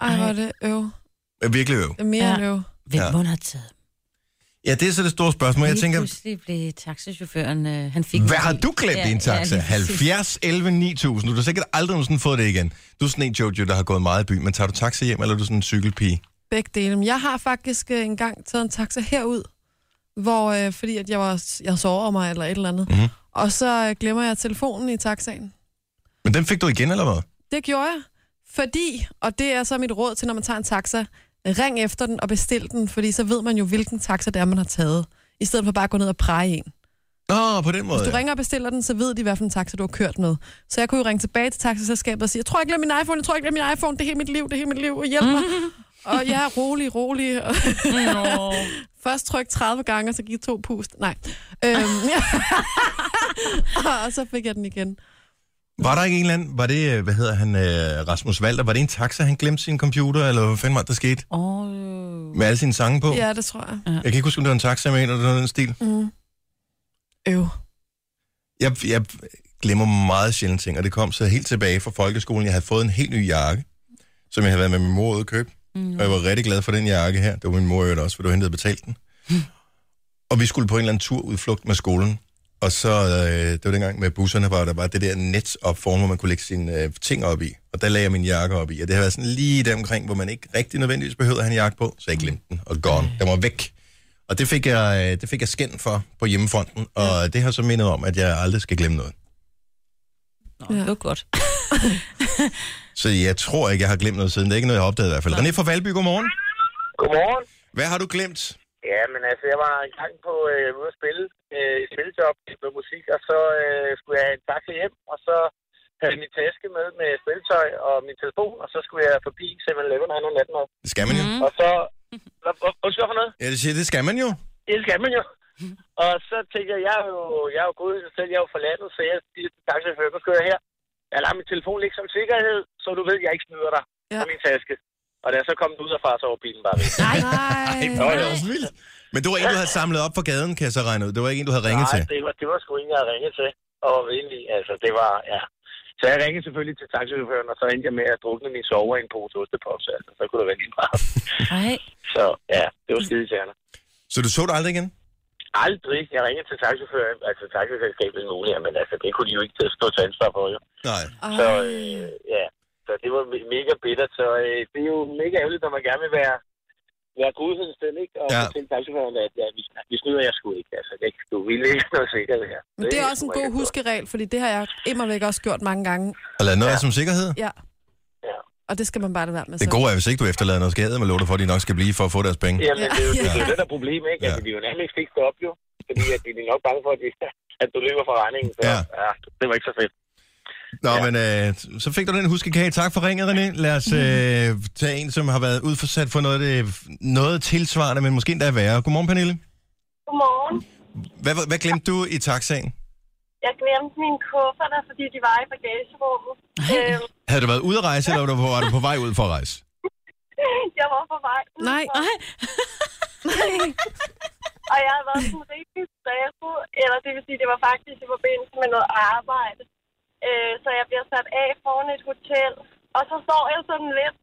C: Ej, hvor er det øv.
A: Det er virkelig øv.
C: Det er mere
B: Ja.
C: ja. end øv.
B: Hvem
A: Ja.
B: ja. hun har taget?
A: Ja, det er så det store spørgsmål. Jeg
B: Lige
A: tænker,
B: pludselig blev taxachaufføren, øh, han fik...
A: Hvad har du glemt ja, i en taxa? Ja,
B: lige præcis.
A: 70, 11, 9000. Du har sikkert aldrig nogensinde fået det igen. Du er sådan en Jojo, der har gået meget i byen, men tager du taxa hjem, eller er du sådan en cykelpige?
C: Begge dele. Men jeg har faktisk øh, engang taget en taxa herud, hvor, øh, fordi at jeg, var, jeg sover mig eller et eller andet.
A: Mhm.
C: Mm-hmm. Og så øh, glemmer jeg telefonen i taxaen.
A: Men den fik du igen, eller hvad?
C: Det gjorde jeg, fordi, og det er så mit råd til, når man tager en taxa, ring efter den og bestil den, fordi så ved man jo, hvilken taxa det er, man har taget. I stedet for bare at gå ned og præge en.
A: Nå, på den måde.
C: Hvis du
A: ja.
C: ringer og bestiller den, så ved de, hvad for en taxa du har kørt med. Så jeg kunne jo ringe tilbage til taxaselskabet og sige, jeg tror, jeg glemte min iPhone, jeg tror, jeg glemte min iPhone, det er hele mit liv, det er hele mit liv, hjælp mig.
B: Mm.
C: og jeg er rolig, rolig. Og Først tryk 30 gange, og så gik to pust. Nej. Øhm, og så fik jeg den igen.
A: Var der ikke en eller anden, var det, øh, hvad hedder han, øh, Rasmus Valder, var det en taxa, han glemte sin computer, eller hvad fanden var det, der skete?
B: Åh,
A: Med alle sine sange på?
C: øh. Ja, det tror jeg. Mm.
A: Jeg kan ikke huske, om det var en taxa, med eller noget af den stil.
C: Øv.
A: Jeg, jeg glemmer meget sjældent ting, og det kom så helt tilbage fra folkeskolen. Jeg havde fået en helt ny jakke, som jeg havde været med min mor ude at købe. Mm. Og jeg var rigtig glad for den jakke her. Det var min mor i øvrigt også, for det var hende, der betalte den. og vi skulle på en eller anden turudflugt med skolen. Og så, øh, det var dengang med busserne, hvor der var det der net op foran, hvor man kunne lægge sine øh, ting op i. Og der lagde jeg min jakke op i. Og det har været sådan lige der omkring, hvor man ikke rigtig nødvendigvis behøvede at have en jakke på. Så jeg glemte den, og gone. Den var væk. Og det fik jeg, øh, det fik jeg skænd for på hjemmefronten, og det har så mindet om, at jeg aldrig skal glemme noget.
B: Nå, det var godt.
A: Så jeg tror ikke, jeg har glemt noget siden. Det er ikke noget, jeg har opdaget i hvert fald. René fra Valby, godmorgen.
I: Godmorgen.
A: Hvad har du glemt?
I: Ja, men altså, jeg var en gang på øh, ude at spille øh, et spiljob med musik, og så øh, skulle jeg have en taxa hjem, og så havde jeg min taske med med spiltøj og min telefon, og så skulle jeg forbi 7-Eleven og have noget natmad.
A: Det skal man jo. Mm.
I: Og så... Hvad- hvad- Undskyld for noget?
A: Ja, det, siger, det skal man jo.
I: Det skal man jo. Og så tænker jeg, jeg er jo, jeg er jo god i mig selv, jeg er jo fra landet, så jeg siger til taxafører, nu skal jeg her. Jeg lader min telefon ligge som sikkerhed, så du ved, jeg ikke snyder dig
C: Ja.
I: ja. min taske. Og da jeg så kom ud derfra, så var bilen bare væk.
C: Nej.
A: Ej, det er også vildt. Men det var en, du havde samlet op på gaden, kan jeg så regne ud. Det var ikke en, du havde ringet
I: Nej,
A: til.
I: det var, det var sgu en, jeg ringede til. Og egentlig, altså, det var, ja. Så jeg ringede selvfølgelig til taxichaufføren, og så endte jeg med at drukne min sover i en pose ostepops. Altså, så kunne det være lige meget.
B: Nej.
I: Så ja, det var skide tjerne.
A: Så du så det aldrig igen?
I: Aldrig. Jeg ringede til taxichaufføren, altså taxiselskabet i Unia, men altså, det kunne de jo ikke til at stå til ansvar for, jo.
A: Nej.
I: Så øh, ja, så det var me- mega bittert. Så øh, det er jo mega ærgerligt, når man gerne vil være være godhedens sted, ikke? Og
A: Ja.
I: ja. til taxichaufføren, at ja, vi, vi snyder jeg sgu ikke. Altså, det, du ville ikke noget sikkert her.
C: Men det er også en
I: sgu
C: god
I: ikke-
C: huskeregel, fordi det har jeg immer væk også gjort mange gange.
A: Og lade noget ja. som sikkerhed?
C: Ja.
I: Ja.
C: Og det skal man bare lade være med.
A: Det
C: så.
A: gode er, hvis ikke du efterlader noget skade med låter for, at de nok skal blive for at få deres penge. Ja.
I: Jamen, det er jo det, er jo
C: Ja.
I: det, der er problemet, ikke? Altså,
A: Ja.
I: de er jo nærmest ikke fikset op, jo. Fordi at de er nok bange for, at, de, at du løber fra regningen. Så,
A: Ja.
I: ja. ja. det var ikke så fedt.
A: Nå,
I: Ja.
A: men øh, så fik du den huskekage. Tak for ringet, René. Lad os øh, tage en, som har været udsat for noget, af det, noget tilsvarende, men måske endda værre. Godmorgen, Pernille.
J: Godmorgen.
A: Hvad, hvad- hvad glemte du i taxaen?
J: Jeg glemte mine kufferter, fordi de var i bagagerummet. Øhm,
A: Havde du været ude at rejse, eller var du på, var du på vej ud for at rejse?
J: jeg var på vej. ud.
C: Nej.
B: Nej.
K: og jeg havde været sådan rigtig stresset, eller det vil sige, det var faktisk i forbindelse med noget arbejde. Øh, så jeg bliver sat af foran et hotel, og så står jeg sådan lidt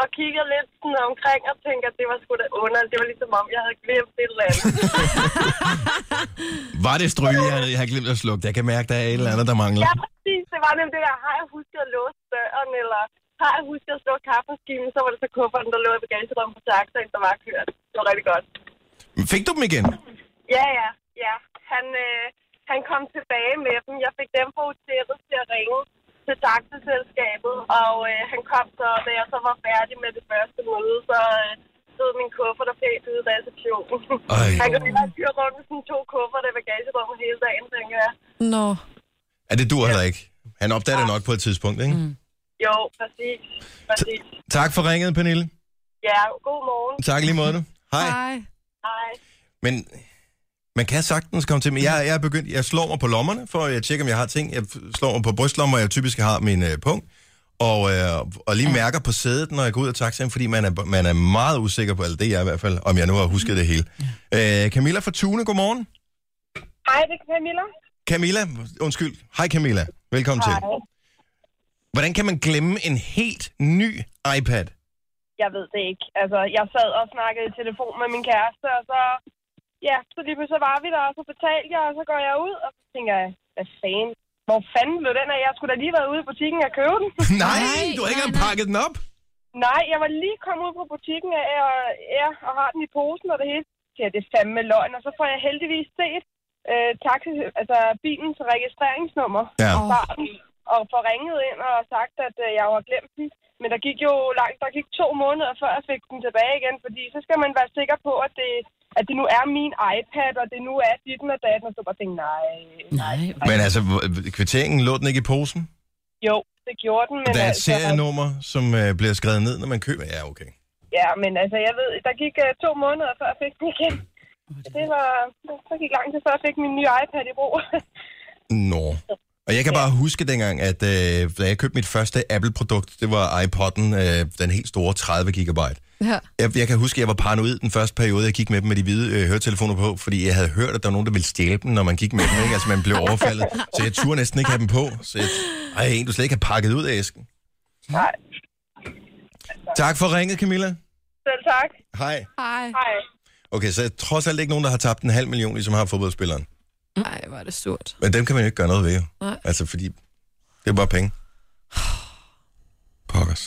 K: og kigger lidt sådan omkring og tænker, at det var sgu da underligt. Det var ligesom om, jeg havde glemt et eller andet.
A: Var det stryge, jeg havde, jeg havde glemt at slukke? Jeg kan mærke, der er et eller andet, der mangler.
K: Ja, præcis. Det var nemlig det der, har jeg husket at låse døren, eller har jeg husket at slå kaffemaskinen, så var det så kufferten, der lå i bagagerummet på taxaen, der var kørt. Det var rigtig godt.
A: Fik du dem igen?
K: Ja, ja, ja. Han, øh, han kom tilbage med dem. Jeg fik dem på hotellet til at ringe til taxaselskabet, og øh, han kom så, da jeg så var færdig med det første møde, så øh, stod min kuffert og pænt ude i receptionen.
A: Ej.
K: Han kunne bare køre rundt med sådan to kufferter i bagagerummet hele dagen, tænker jeg.
C: Nå.
A: Ja, det dur heller ikke. Han opdager det nok på et tidspunkt, ikke? Mm.
K: Jo, præcis. præcis.
A: Tak for ringet, Pernille.
K: Ja, god morgen.
A: Tak i lige måde. du. Hej.
C: Hej.
K: Hej.
A: Men man kan sagtens komme til, men jeg, jeg, er begyndt, jeg slår mig på lommerne, for at tjekke, om jeg har ting. Jeg slår mig på brystlommer, jeg typisk har min øh, punkt. Og, øh, og lige mærker på sædet, når jeg går ud af taxaen, fordi man er, man er meget usikker på, eller det er jeg i hvert fald, om jeg nu har husket det hele. Øh, Camilla fra Tune, godmorgen.
K: Hej, det er Camilla.
A: Camilla, undskyld. Hej Camilla, velkommen til. Hvordan kan man glemme en helt ny iPad?
K: Jeg ved det ikke. Altså, jeg sad og snakkede i telefon med min kæreste, og så... Ja, så lige pludselig så var vi der, og så betalte jeg, og så går jeg ud, og så tænker jeg, hvad fanden? Hvor fanden blev den af? Jeg skulle da lige været ude i butikken og købe den.
A: Nej, du har ikke engang pakket den op.
K: Nej, jeg var lige kommet ud fra butikken og, og- ja, og har den i posen og det hele. Så siger jeg, det er fandme løgn, og så får jeg heldigvis set øh, taxi, altså bilens registreringsnummer
A: Ja.
K: og farten, og får ringet ind og sagt, at øh, jeg jo har glemt den. Men der gik jo langt, der gik to måneder, før jeg fik den tilbage igen, fordi så skal man være sikker på, at det, at det nu er min iPad, og det nu er dit og datten, og så bare tænke, nej.
B: Nej.
A: Men altså, hvor- kvitteringen lå den ikke i posen?
K: Jo, det gjorde den, men
A: Der er et
K: altså...
A: serienummer, som øh, bliver skrevet ned, når man køber. Ja, okay.
K: Ja, men altså, jeg ved, der gik uh, to måneder, før jeg fik den igen. Det var, så gik lang tid, før jeg fik min nye iPad i brug.
A: Nå. Og jeg kan bare huske dengang, at øh, da jeg købte mit første Apple-produkt, det var iPod'en, øh, den helt store 30 gigabyte.
C: Ja.
A: Jeg, jeg kan huske, at jeg var paranoid den første periode, jeg gik med dem med de hvide øh, høretelefoner på, fordi jeg havde hørt, at der var nogen, der ville stjæle dem, når man gik med dem. Ikke? Altså, man blev overfaldet. Så jeg turde næsten ikke have dem på. Så jeg, ej, en du slet ikke har pakket ud af æsken.
K: Nej.
A: Tak for ringet, Camilla.
K: Selv tak.
A: Hej.
C: Hej.
K: Hej.
A: Okay, så er trods alt ikke nogen, der har tabt en halv million, ligesom har fodboldspilleren.
C: Ej, hvor er det surt.
A: Men dem kan man jo ikke gøre noget ved, jo.
C: Nej.
A: Altså, fordi det er bare penge. Pokkers.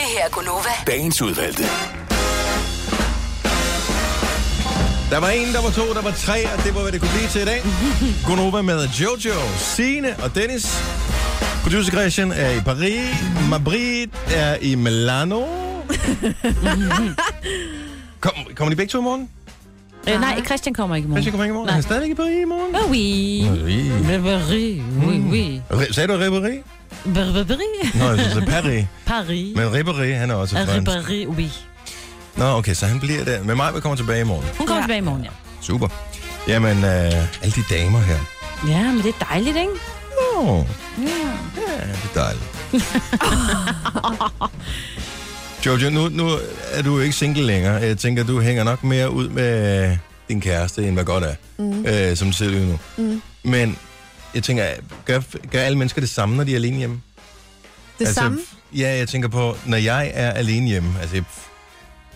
D: Det her er Gunova.
L: Dagens udvalgte.
A: Der var en, der var to, der var tre, og det var, hvad det kunne blive til i dag. Gunova med Jojo, Sine og Dennis. Producer Christian er i Paris. Madrid er i Milano. Kom, kommer de begge to i morgen?
B: Øh, nej, Christian kommer ikke i morgen.
A: Christian kommer ikke i morgen.
B: Nej.
A: Han er stadigvæk i Paris i morgen.
B: Oh, oui. Ribéry, oui, oui.
A: Re- Sagde du Ribéry?
B: Ribéry.
A: Nå, jeg synes, det er Paris.
B: Paris.
A: Men Ribéry, han er også fransk.
B: Ribéry, oui.
A: Nå, okay, så han bliver der. Men mig vil komme tilbage i morgen.
B: Hun kommer ja. tilbage i morgen, ja.
A: Super. Jamen, øh, alle de damer her.
B: Ja, men det er dejligt, ikke?
A: Åh,
B: Ja.
A: ja, det er dejligt. Jojo, nu, nu er du jo ikke single længere. Jeg tænker, du hænger nok mere ud med din kæreste, end hvad godt er, mm. øh, som det ser ud nu.
C: Mm.
A: Men jeg tænker, gør, gør alle mennesker det samme, når de er alene hjemme? Altså,
C: Det samme?
A: Ja, jeg tænker på, når jeg er alene hjemme, altså jeg,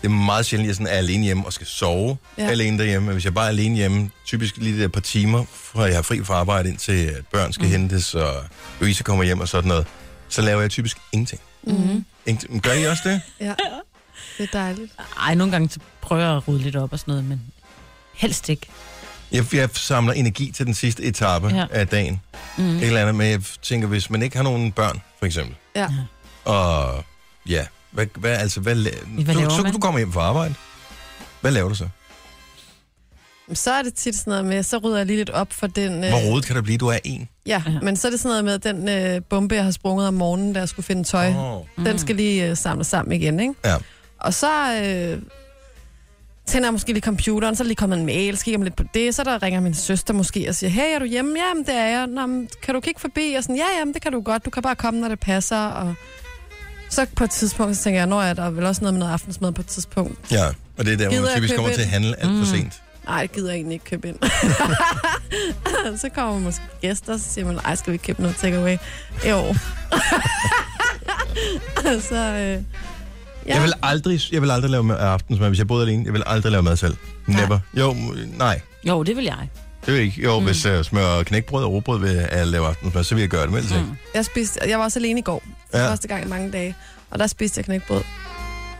A: det er meget sjældent, jeg sådan er alene hjemme og skal sove ja.
C: Ja.
A: alene derhjemme. Men hvis jeg bare er alene hjemme, typisk lige det der par timer, fra jeg har fri fra arbejde, indtil at børn skal mm. hentes, og Louise kommer hjem og sådan noget, så laver jeg typisk ingenting.
B: Mm-hmm.
C: Mm.
A: ingenting. Men Gør I også det?
C: Ja. Det er dejligt.
B: Ej, nogle gange så prøver jeg at rydde lidt op og sådan noget, men helst ikke.
A: Jeg, jeg samler energi til den sidste etape ja.
B: Ja.
A: af dagen. Mm.
B: Mm.
A: Et eller andet, men jeg tænker, hvis man ikke har nogen børn, for eksempel,
C: Ja.
A: og ja, hvad, hvad, altså, hvad, la-
B: Hvad laver
A: du, så
B: man?
A: du kommer hjem fra arbejde. Hvad laver du så?
C: Men Så er det tit sådan noget med, så rydder jeg lige lidt op for den... Øh,
A: Hvor rodet kan der blive? Du er en.
C: Ja, men så er det sådan noget med, at den øh, bombe, jeg har sprunget om morgenen, da jeg skulle finde tøj,
A: Åh.
C: oh. den skal lige øh, samles sammen igen, ikke?
A: Ja.
C: Og så øh, tænder jeg måske lige computeren, så er der lige kommet en mail, så kigger jeg lidt på det, så der ringer min søster måske og siger, hey, er du hjemme? Jamen, det er jeg. Nå, men, kan du kigge forbi? Og sådan, ja, jamen, det kan du godt, du kan bare komme, når det passer, og... Så på et tidspunkt, så tænker jeg, når jeg, der er vel også noget med noget aftensmad på et tidspunkt.
A: Ja, og det er der, hvor
C: Gider
A: man
C: jeg
A: typisk
C: købe
A: kommer til at
C: ind?
A: handle alt for
C: Mm.
A: sent.
C: Nej, det gider jeg egentlig ikke købe ind. så kommer måske gæster, så siger man, ej, skal vi købe noget takeaway? Jo. så, øh,
A: Ja. Jeg, vil aldrig, jeg vil aldrig lave mad aftensmad, hvis jeg boede alene. Jeg vil aldrig lave mad selv. Never. Jo, m- nej.
B: Jo, det vil jeg.
A: Det vil jeg ikke. Jo, mm. hvis jeg smører knækbrød og robrød ved at lave aftensmad, så vil jeg gøre det med det. Mm.
C: jeg, spiste, jeg var også alene i går, for ja. første gang i mange dage, og der spiste jeg knækbrød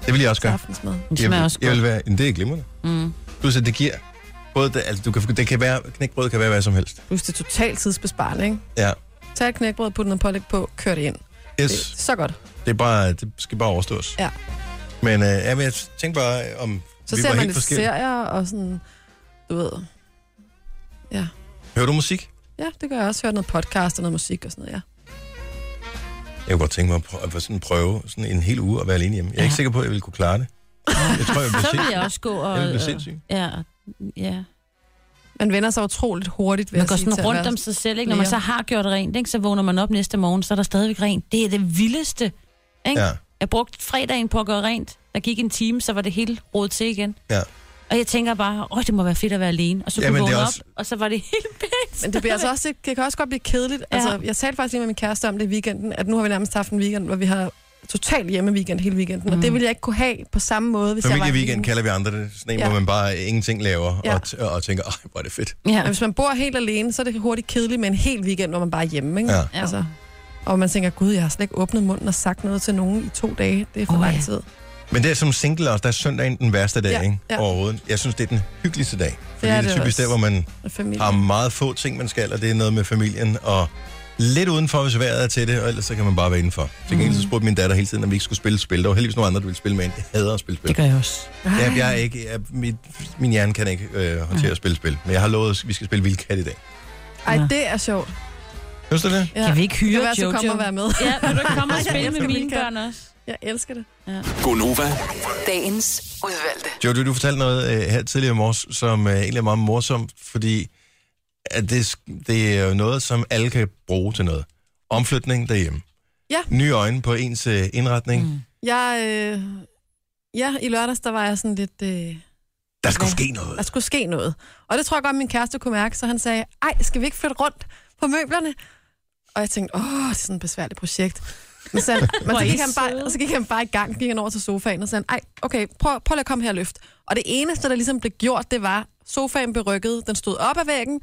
A: Det vil jeg også
C: til
A: gøre.
C: aftensmad.
B: Det
A: jeg,
B: smager
A: vil-
B: også
A: jeg
B: godt.
A: vil være, men det er glimrende.
B: Mm.
A: Plus at det giver, både det, altså, du kan, det kan være, knækbrød kan være hvad som helst.
C: Plus det er totalt tidsbesparende, ikke?
A: Ja.
C: Tag et knækbrød, put noget pålæg på, kør det ind.
A: Yes.
C: Det, så godt.
A: Det, er bare, det skal bare overstås.
C: Ja.
A: Men, øh, ja, men jeg tænkte bare, øh, om
C: Så
A: vi
C: ser
A: var
C: man
A: helt
C: lidt
A: forskellige.
C: serier og sådan, du ved. Ja.
A: Hører du musik?
C: Ja, det gør jeg også. Hører noget podcast og noget musik og sådan noget, ja.
A: Jeg kunne godt tænke mig at prøve, at være sådan prøve sådan en hel uge at være alene hjemme. Jeg er ja. ikke sikker på, at jeg ville kunne klare det. Jeg tror, jeg
B: Så
A: bliver
B: vil jeg også gå og...
A: Jeg vil blive sindssyg.
B: Ja, ja.
C: Man vender sig utroligt hurtigt ved
B: Man
C: at
B: går
C: sige til
B: sådan
C: at
B: rundt
C: være-
B: om sig selv, ikke? Når man
C: flere.
B: så har gjort rent, ikke? så vågner man op næste morgen, så er der stadigvæk rent. Det er det vildeste, ikke?
A: Ja.
B: Jeg brugte fredagen på at gøre rent. Der gik en time, så var det hele rodet til igen.
A: Ja.
B: Og jeg tænker bare, åh, det må være fedt at være alene. Og så kunne
A: Jamen,
B: jeg
A: det er
B: vågne
A: også-
B: op, og så var det helt pænt.
C: Men det, bliver altså også, det kan også godt blive kedeligt. Ja. Altså, jeg talte faktisk lige med min kæreste om det i weekenden, at nu har vi nærmest haft en weekend, hvor vi har totalt hjemme weekend hele weekenden, mm. og det ville jeg ikke kunne have på samme måde, hvis jeg var
A: Familieweekend
C: alene.
A: kalder vi andre det. Sådan en, ja.
C: Ja.
A: hvor man bare ingenting laver ja.
C: Ja.
A: og, t- og tænker, ej, hvor er det fedt.
B: Ja.
C: Men hvis man bor helt alene, så er det hurtigt kedeligt med en hel weekend, hvor man bare er hjemme, ikke?
A: Ja.
B: Ja.
C: Altså, og man tænker, gud, jeg har slet ikke åbnet munden og sagt noget til nogen i to dage. Det er for
B: Åh,
C: oh,
B: ja.
C: lang tid.
A: Men det er som single også, der er søndagen den værste dag,
C: Ja,
A: ikke?
C: ja.
A: Overhovedet. Jeg synes, det er den hyggeligste dag. Fordi det
C: er
A: er, det
C: det
A: typisk
C: også.
A: der, hvor man
C: Og familie.
A: har meget få ting, man skal, og det er noget med familien, og lidt udenfor, hvis vejret er til det, og ellers så kan man bare være indenfor. Til gengæld så spurgte min datter hele tiden, om vi ikke skulle spille spil. Der var heldigvis nogle andre, der ville spille med en. Jeg hader at spille spil.
B: Det gør jeg også.
A: Jeg, jeg er ikke, jeg, mit, min hjerne kan ikke øh, håndtere at spille spil, men jeg har lovet, at vi skal spille vildkat i dag.
C: Ej, det er sjovt.
A: Synes du det?
C: Ja.
B: Kan vi ikke hyre
C: det kan være,
B: Jojo?
C: at du kommer og være med.
B: Ja, vil du ikke komme og spille med
C: elsker
B: mine
C: weekend.
B: børn også?
C: Jeg elsker det.
M: Gonova.
N: Dagens udvalgte.
A: Jojo, du fortalte noget øh, her tidligere i morges, som øh, egentlig er meget morsomt, fordi at det, sk- det er jo noget, som alle kan bruge til noget. Omflytning derhjemme.
C: Ja.
A: Nye øjne på ens øh, indretning. Mm.
C: Jeg, øh, ja, i lørdags, der var jeg sådan lidt... Øh,
A: Der skulle
C: Ja.
A: ske
C: der
A: noget.
C: skulle ske noget. Og det tror jeg godt, min kæreste kunne mærke, så han sagde, ej, skal vi ikke flytte rundt på møblerne? Og jeg tænkte, åh, det er sådan et besværligt projekt. Men så, men
B: Hvor er
C: så,
B: I
C: gik han bare,
B: søde.
C: og så gik han bare i gang, gik han over til sofaen og sagde, ej, okay, prøv, prøv lige at komme her og løft. Og det eneste, der ligesom blev gjort, det var, sofaen blev rykket, den stod op ad væggen,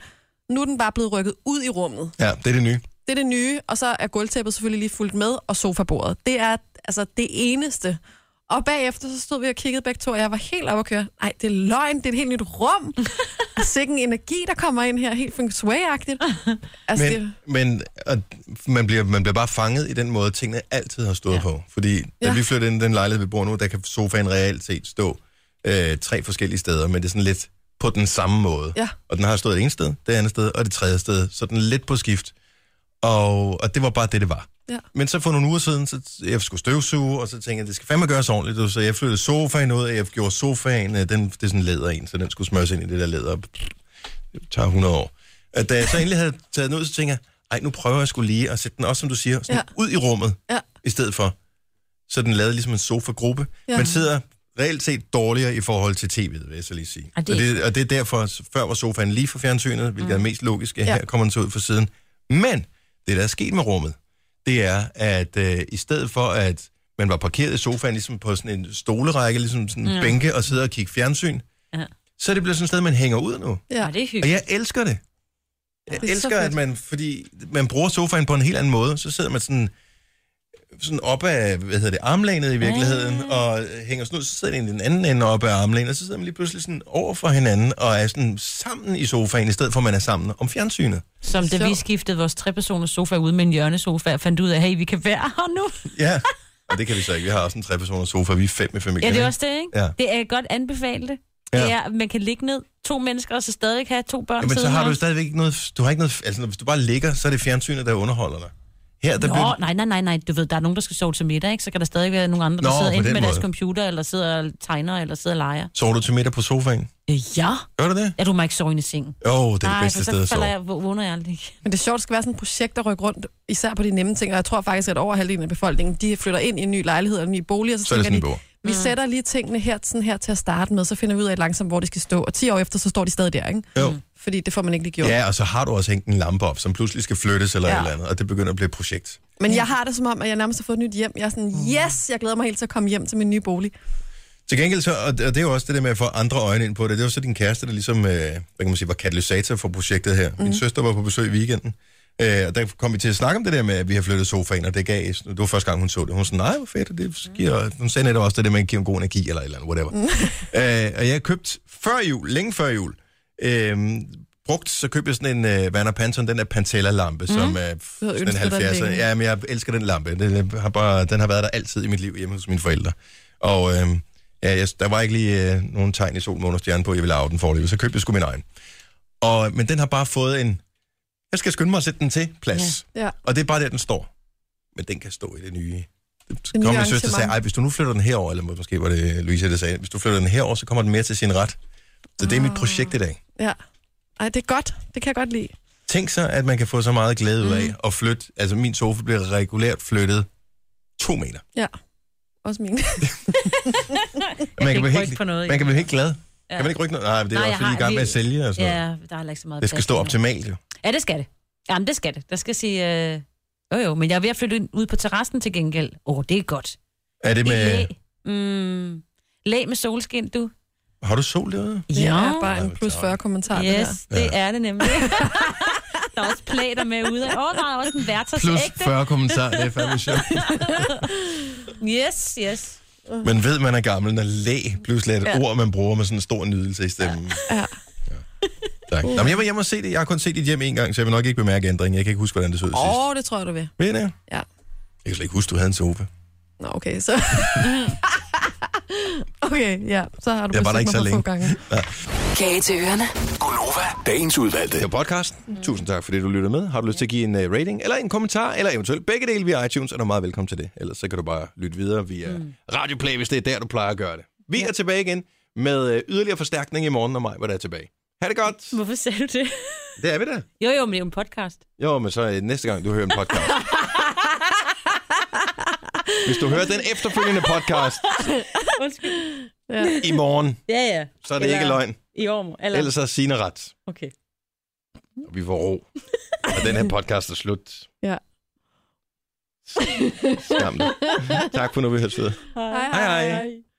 C: nu er den bare blevet rykket ud i rummet.
A: Ja, det er det nye.
C: Det er det nye, og så er gulvtæppet selvfølgelig lige fuldt med, og sofabordet. Det er altså det eneste. Og bagefter så stod vi og kiggede begge to, og jeg var helt oppe at køre. Nej, det er løgn, det er et helt nyt rum. Og sikken energi, der kommer ind her, helt feng shui-agtigt. Altså, men,
A: Men,
C: det,
A: men og man, bliver, man bliver bare fanget i den måde, tingene altid har stået ja. på. Fordi da ja.
C: Ja.
A: vi flyttede ind i den lejlighed, vi bor nu, der kan sofaen reelt set stå øh, tre forskellige steder, men det er sådan lidt på den samme måde.
C: Ja.
A: Og den har stået det ene sted, det andet sted og det tredje sted, så den er lidt på skift. Og, og det var bare det, det var.
C: Ja.
A: Men så for nogle uger siden, så jeg skulle støvsuge, og så tænkte jeg, det skal fandme gøres ordentligt. du. Så jeg flyttede sofaen ud, og jeg gjorde sofaen, øh, den, det er sådan en læder en, så den skulle smøres ind i det der læder. Det tager 100 år. At da jeg så endelig havde taget den ud, så tænkte jeg, ej, nu prøver jeg skulle lige at sætte den også, som du siger, sådan ja. ud i rummet,
C: Ja.
A: i stedet for. Så den lavede ligesom en sofagruppe. Ja.
C: Ja.
A: Man sidder reelt set dårligere i forhold til tv'et, vil jeg så lige sige.
B: Og det-
A: Og det, og det er derfor, så før var sofaen lige for fjernsynet, hvilket mm. er det mest logiske. Ja.
C: Ja.
A: Her kommer den så ud for siden. Men det, der er sket med rummet, det er, at øh, i stedet for, at man var parkeret i sofaen ligesom på sådan en stolerække, ligesom sådan en ja. bænke, og sidder og kigger fjernsyn,
B: Ja.
A: så er det blevet sådan et sted, man hænger ud nu.
C: ja.
B: Og det er
A: Og
B: hyggeligt.
A: jeg elsker det. Jeg
C: Det er så
A: elsker,
C: fedt.
A: at man, fordi man bruger sofaen på en helt anden måde, så sidder man sådan, sådan op af, hvad hedder det, armlænet i virkeligheden, mm. og hænger sådan ud, så sidder den i den anden ende op af armlænet, og så sidder man lige pludselig sådan over for hinanden, og er sådan sammen i sofaen, i stedet for at man er sammen om fjernsynet.
B: Som da
C: Så-
B: vi skiftede vores trepersoners sofa ud med en hjørnesofa, og fandt ud af, hey, vi kan være her nu.
A: Ja, og det kan vi så ikke. Vi har også en trepersoners sofa, vi er fem i familien.
B: Ja, det er
A: ikke?
B: også det, ikke?
A: Ja.
B: Det er godt anbefale det.
A: Ja.
B: Det er, at man kan ligge ned to mennesker, og så stadig have to børn.
A: Ja, men så
B: siddende
A: har
B: om.
A: du stadigvæk ikke noget, du har ikke noget, altså hvis du bare ligger, så er det fjernsynet, der underholder dig. Her, der bliver,
B: Nå, nej, nej, nej, nej. Du ved, der er nogen, der skal sove til middag, ikke? Så kan der stadig være nogle andre, der
A: Nå,
B: sidder
A: på
B: enten
A: den
B: med deres
A: måde.
B: computer, eller sidder og tegner, eller sidder og leger.
A: sover du til middag på sofaen?
B: Øh, ja.
A: Gør du det?
B: Ja, du må ikke sove inde i sengen.
A: Jo, oh, det er det
B: Nej, for
A: bedste sted
B: så
A: at sove.
B: falder jeg, vå- vågner jeg aldrig.
C: Men det er sjovt, det skal være sådan et projekt at rykke rundt, især på de nemme ting. Og jeg tror faktisk, at over halvdelen af befolkningen, de flytter ind i en ny lejlighed og en ny bolig, og så,
A: Så er det
C: tænker
A: sådan,
C: de,
A: det
C: Vi mm. sætter lige tingene her, sådan her til at starte med, så finder vi ud af langsomt, hvor de skal stå. Og 10 år efter, så står de stadig der, ikke?
G: Jo. Mm.
C: Fordi det får man ikke lige gjort.
A: Ja, og så har du også hængt en lampe op, som pludselig skal flyttes eller
C: Ja.
A: ja. et eller andet, og det begynder at blive et projekt.
C: Men jeg har det som om, at jeg nærmest har fået et nyt hjem. Jeg er sådan,
B: Mm.
C: yes, jeg glæder mig helt til at komme hjem til min nye bolig.
A: Til gengæld, så, og og det er jo også det der med at få andre øjne ind på det, det var så din kæreste, der ligesom, øh, hvad kan man sige, var katalysator for projektet her. Mm. Min søster var på besøg i weekenden, øh, og der kom vi til at snakke om det der med, at vi har flyttet sofaen, og det gav, det var første gang, hun så det. Hun var sådan, nej, hvor fedt, og det giver, hun sagde netop også det der med, at det giver en god energi, eller et eller andet, whatever. øh, og jeg købte før jul, længe før jul, øh, brugt, så købte jeg sådan en øh, Werner Panton, den der Pantella-lampe, mm. som er f- sådan en
G: Mhm. ønsket dig
A: 70'er.
G: længe.
A: Ja, men jeg elsker den lampe. Den øh, har, bare, den har været der altid i mit liv hjemme hos mine forældre. Og øh, ja, jeg, der var ikke lige øh, nogen tegn i sol, måne og stjerne på, at jeg ville arve den forløbet, så købte jeg sgu min egen. Og, men den har bare fået en, jeg skal skynde mig at sætte den til plads.
C: Ja. Ja.
A: Og det er bare der, den står. Men den kan stå i det nye. Det
C: nye
A: kom min søster og sagde,
C: arrangement.
A: ej, hvis du nu flytter den herover, eller måske var det Louise, der sagde, hvis du flytter den herover, så kommer den mere til sin ret. Så det er
B: Ah.
A: mit projekt i dag.
C: Ja. Ej, det er godt. Det kan jeg godt lide.
A: Tænk så, at man kan få så meget glæde ud af mm. at flytte. Altså, min sofa bliver regulært flyttet to meter.
C: Ja. Også min.
A: Man kan, blive
B: rykke
A: helt,
B: på noget,
A: man kan
B: ikke?
A: blive helt glad.
B: Ja.
A: Ja. Kan man ikke rykke noget? Nej, men det er
B: Nej,
A: Nej,
B: jeg
A: også fordi, I er i
B: har-
A: gang med at
B: vi-
A: sælge og sådan noget.
B: Ja, der er heller ikke så meget
A: Det skal
B: plads
A: stå
B: lige nu.
A: optimalt, jo.
B: Ja, det skal det. Jamen, det skal det. Der skal sige... Øh... Jo, jo, men jeg er ved at flytte ind- ud på terrassen til gengæld. Åh, oh, det er godt.
A: Er det med...
B: Læ. Mm. Læ med solskin, du.
A: Har du sol derude?
B: Ja.
C: Det er bare en plus 40 kommentar. det her.
B: Yes, det er det nemlig. der er også plater med ude. Åh, oh, der er også en værters
A: Plus
B: ægte.
A: 40 kommentarer, det er fandme sjovt.
B: Yes, yes.
A: Man ved, man er gammel, når læ pludselig er et ja. ord, man bruger med sådan en stor nydelse i stemmen. Ja. ja. Tak. Nå, men jeg var hjemme og se det. Jeg har kun set dit hjem en gang, så jeg vil nok ikke bemærke ændringen. Jeg kan ikke huske, hvordan det så ud sidst.
C: Åh, oh, det tror jeg, du vil.
A: Ved I det?
C: Ja.
A: Jeg kan slet ikke huske, du havde en sofa.
C: Nå, okay, så... okay, ja, så har du
A: Jeg var der ikke
C: besøgt
A: så
C: mig for få
A: længe.
C: gange.
O: Kage til ørerne.
P: Gunova, dagens udvalgte.
A: Det var podcasten.
B: Mhm.
A: Mm. Tusind tak, fordi du lyttede med. Har du lyst til at give en uh, rating eller en kommentar, eller eventuelt begge dele via iTunes, er du meget velkommen til det. Ellers så kan du bare lytte videre via mm. Radioplay, hvis det er der, du plejer at gøre det. Vi er tilbage igen med uh, yderligere forstærkning i morgen, når mig var der er tilbage. Ha' det godt.
B: Hvorfor sagde du det?
A: Det er vi da.
B: Jo, jo, men det er jo en podcast.
A: Jo, men så øh, næste gang, du hører en podcast. Hvis du hører den efterfølgende podcast
B: Undskyld.
A: i morgen,
B: Ja, ja.
A: så er det ikke løgn.
B: I år, eller...
A: Ellers er Signe ret,
B: Okay.
A: og vi får ro. Og den her podcast er slut.
C: Ja.
A: Skam dig. Tak for nu, vi høres ved.
B: Hej.
A: Hej, hej.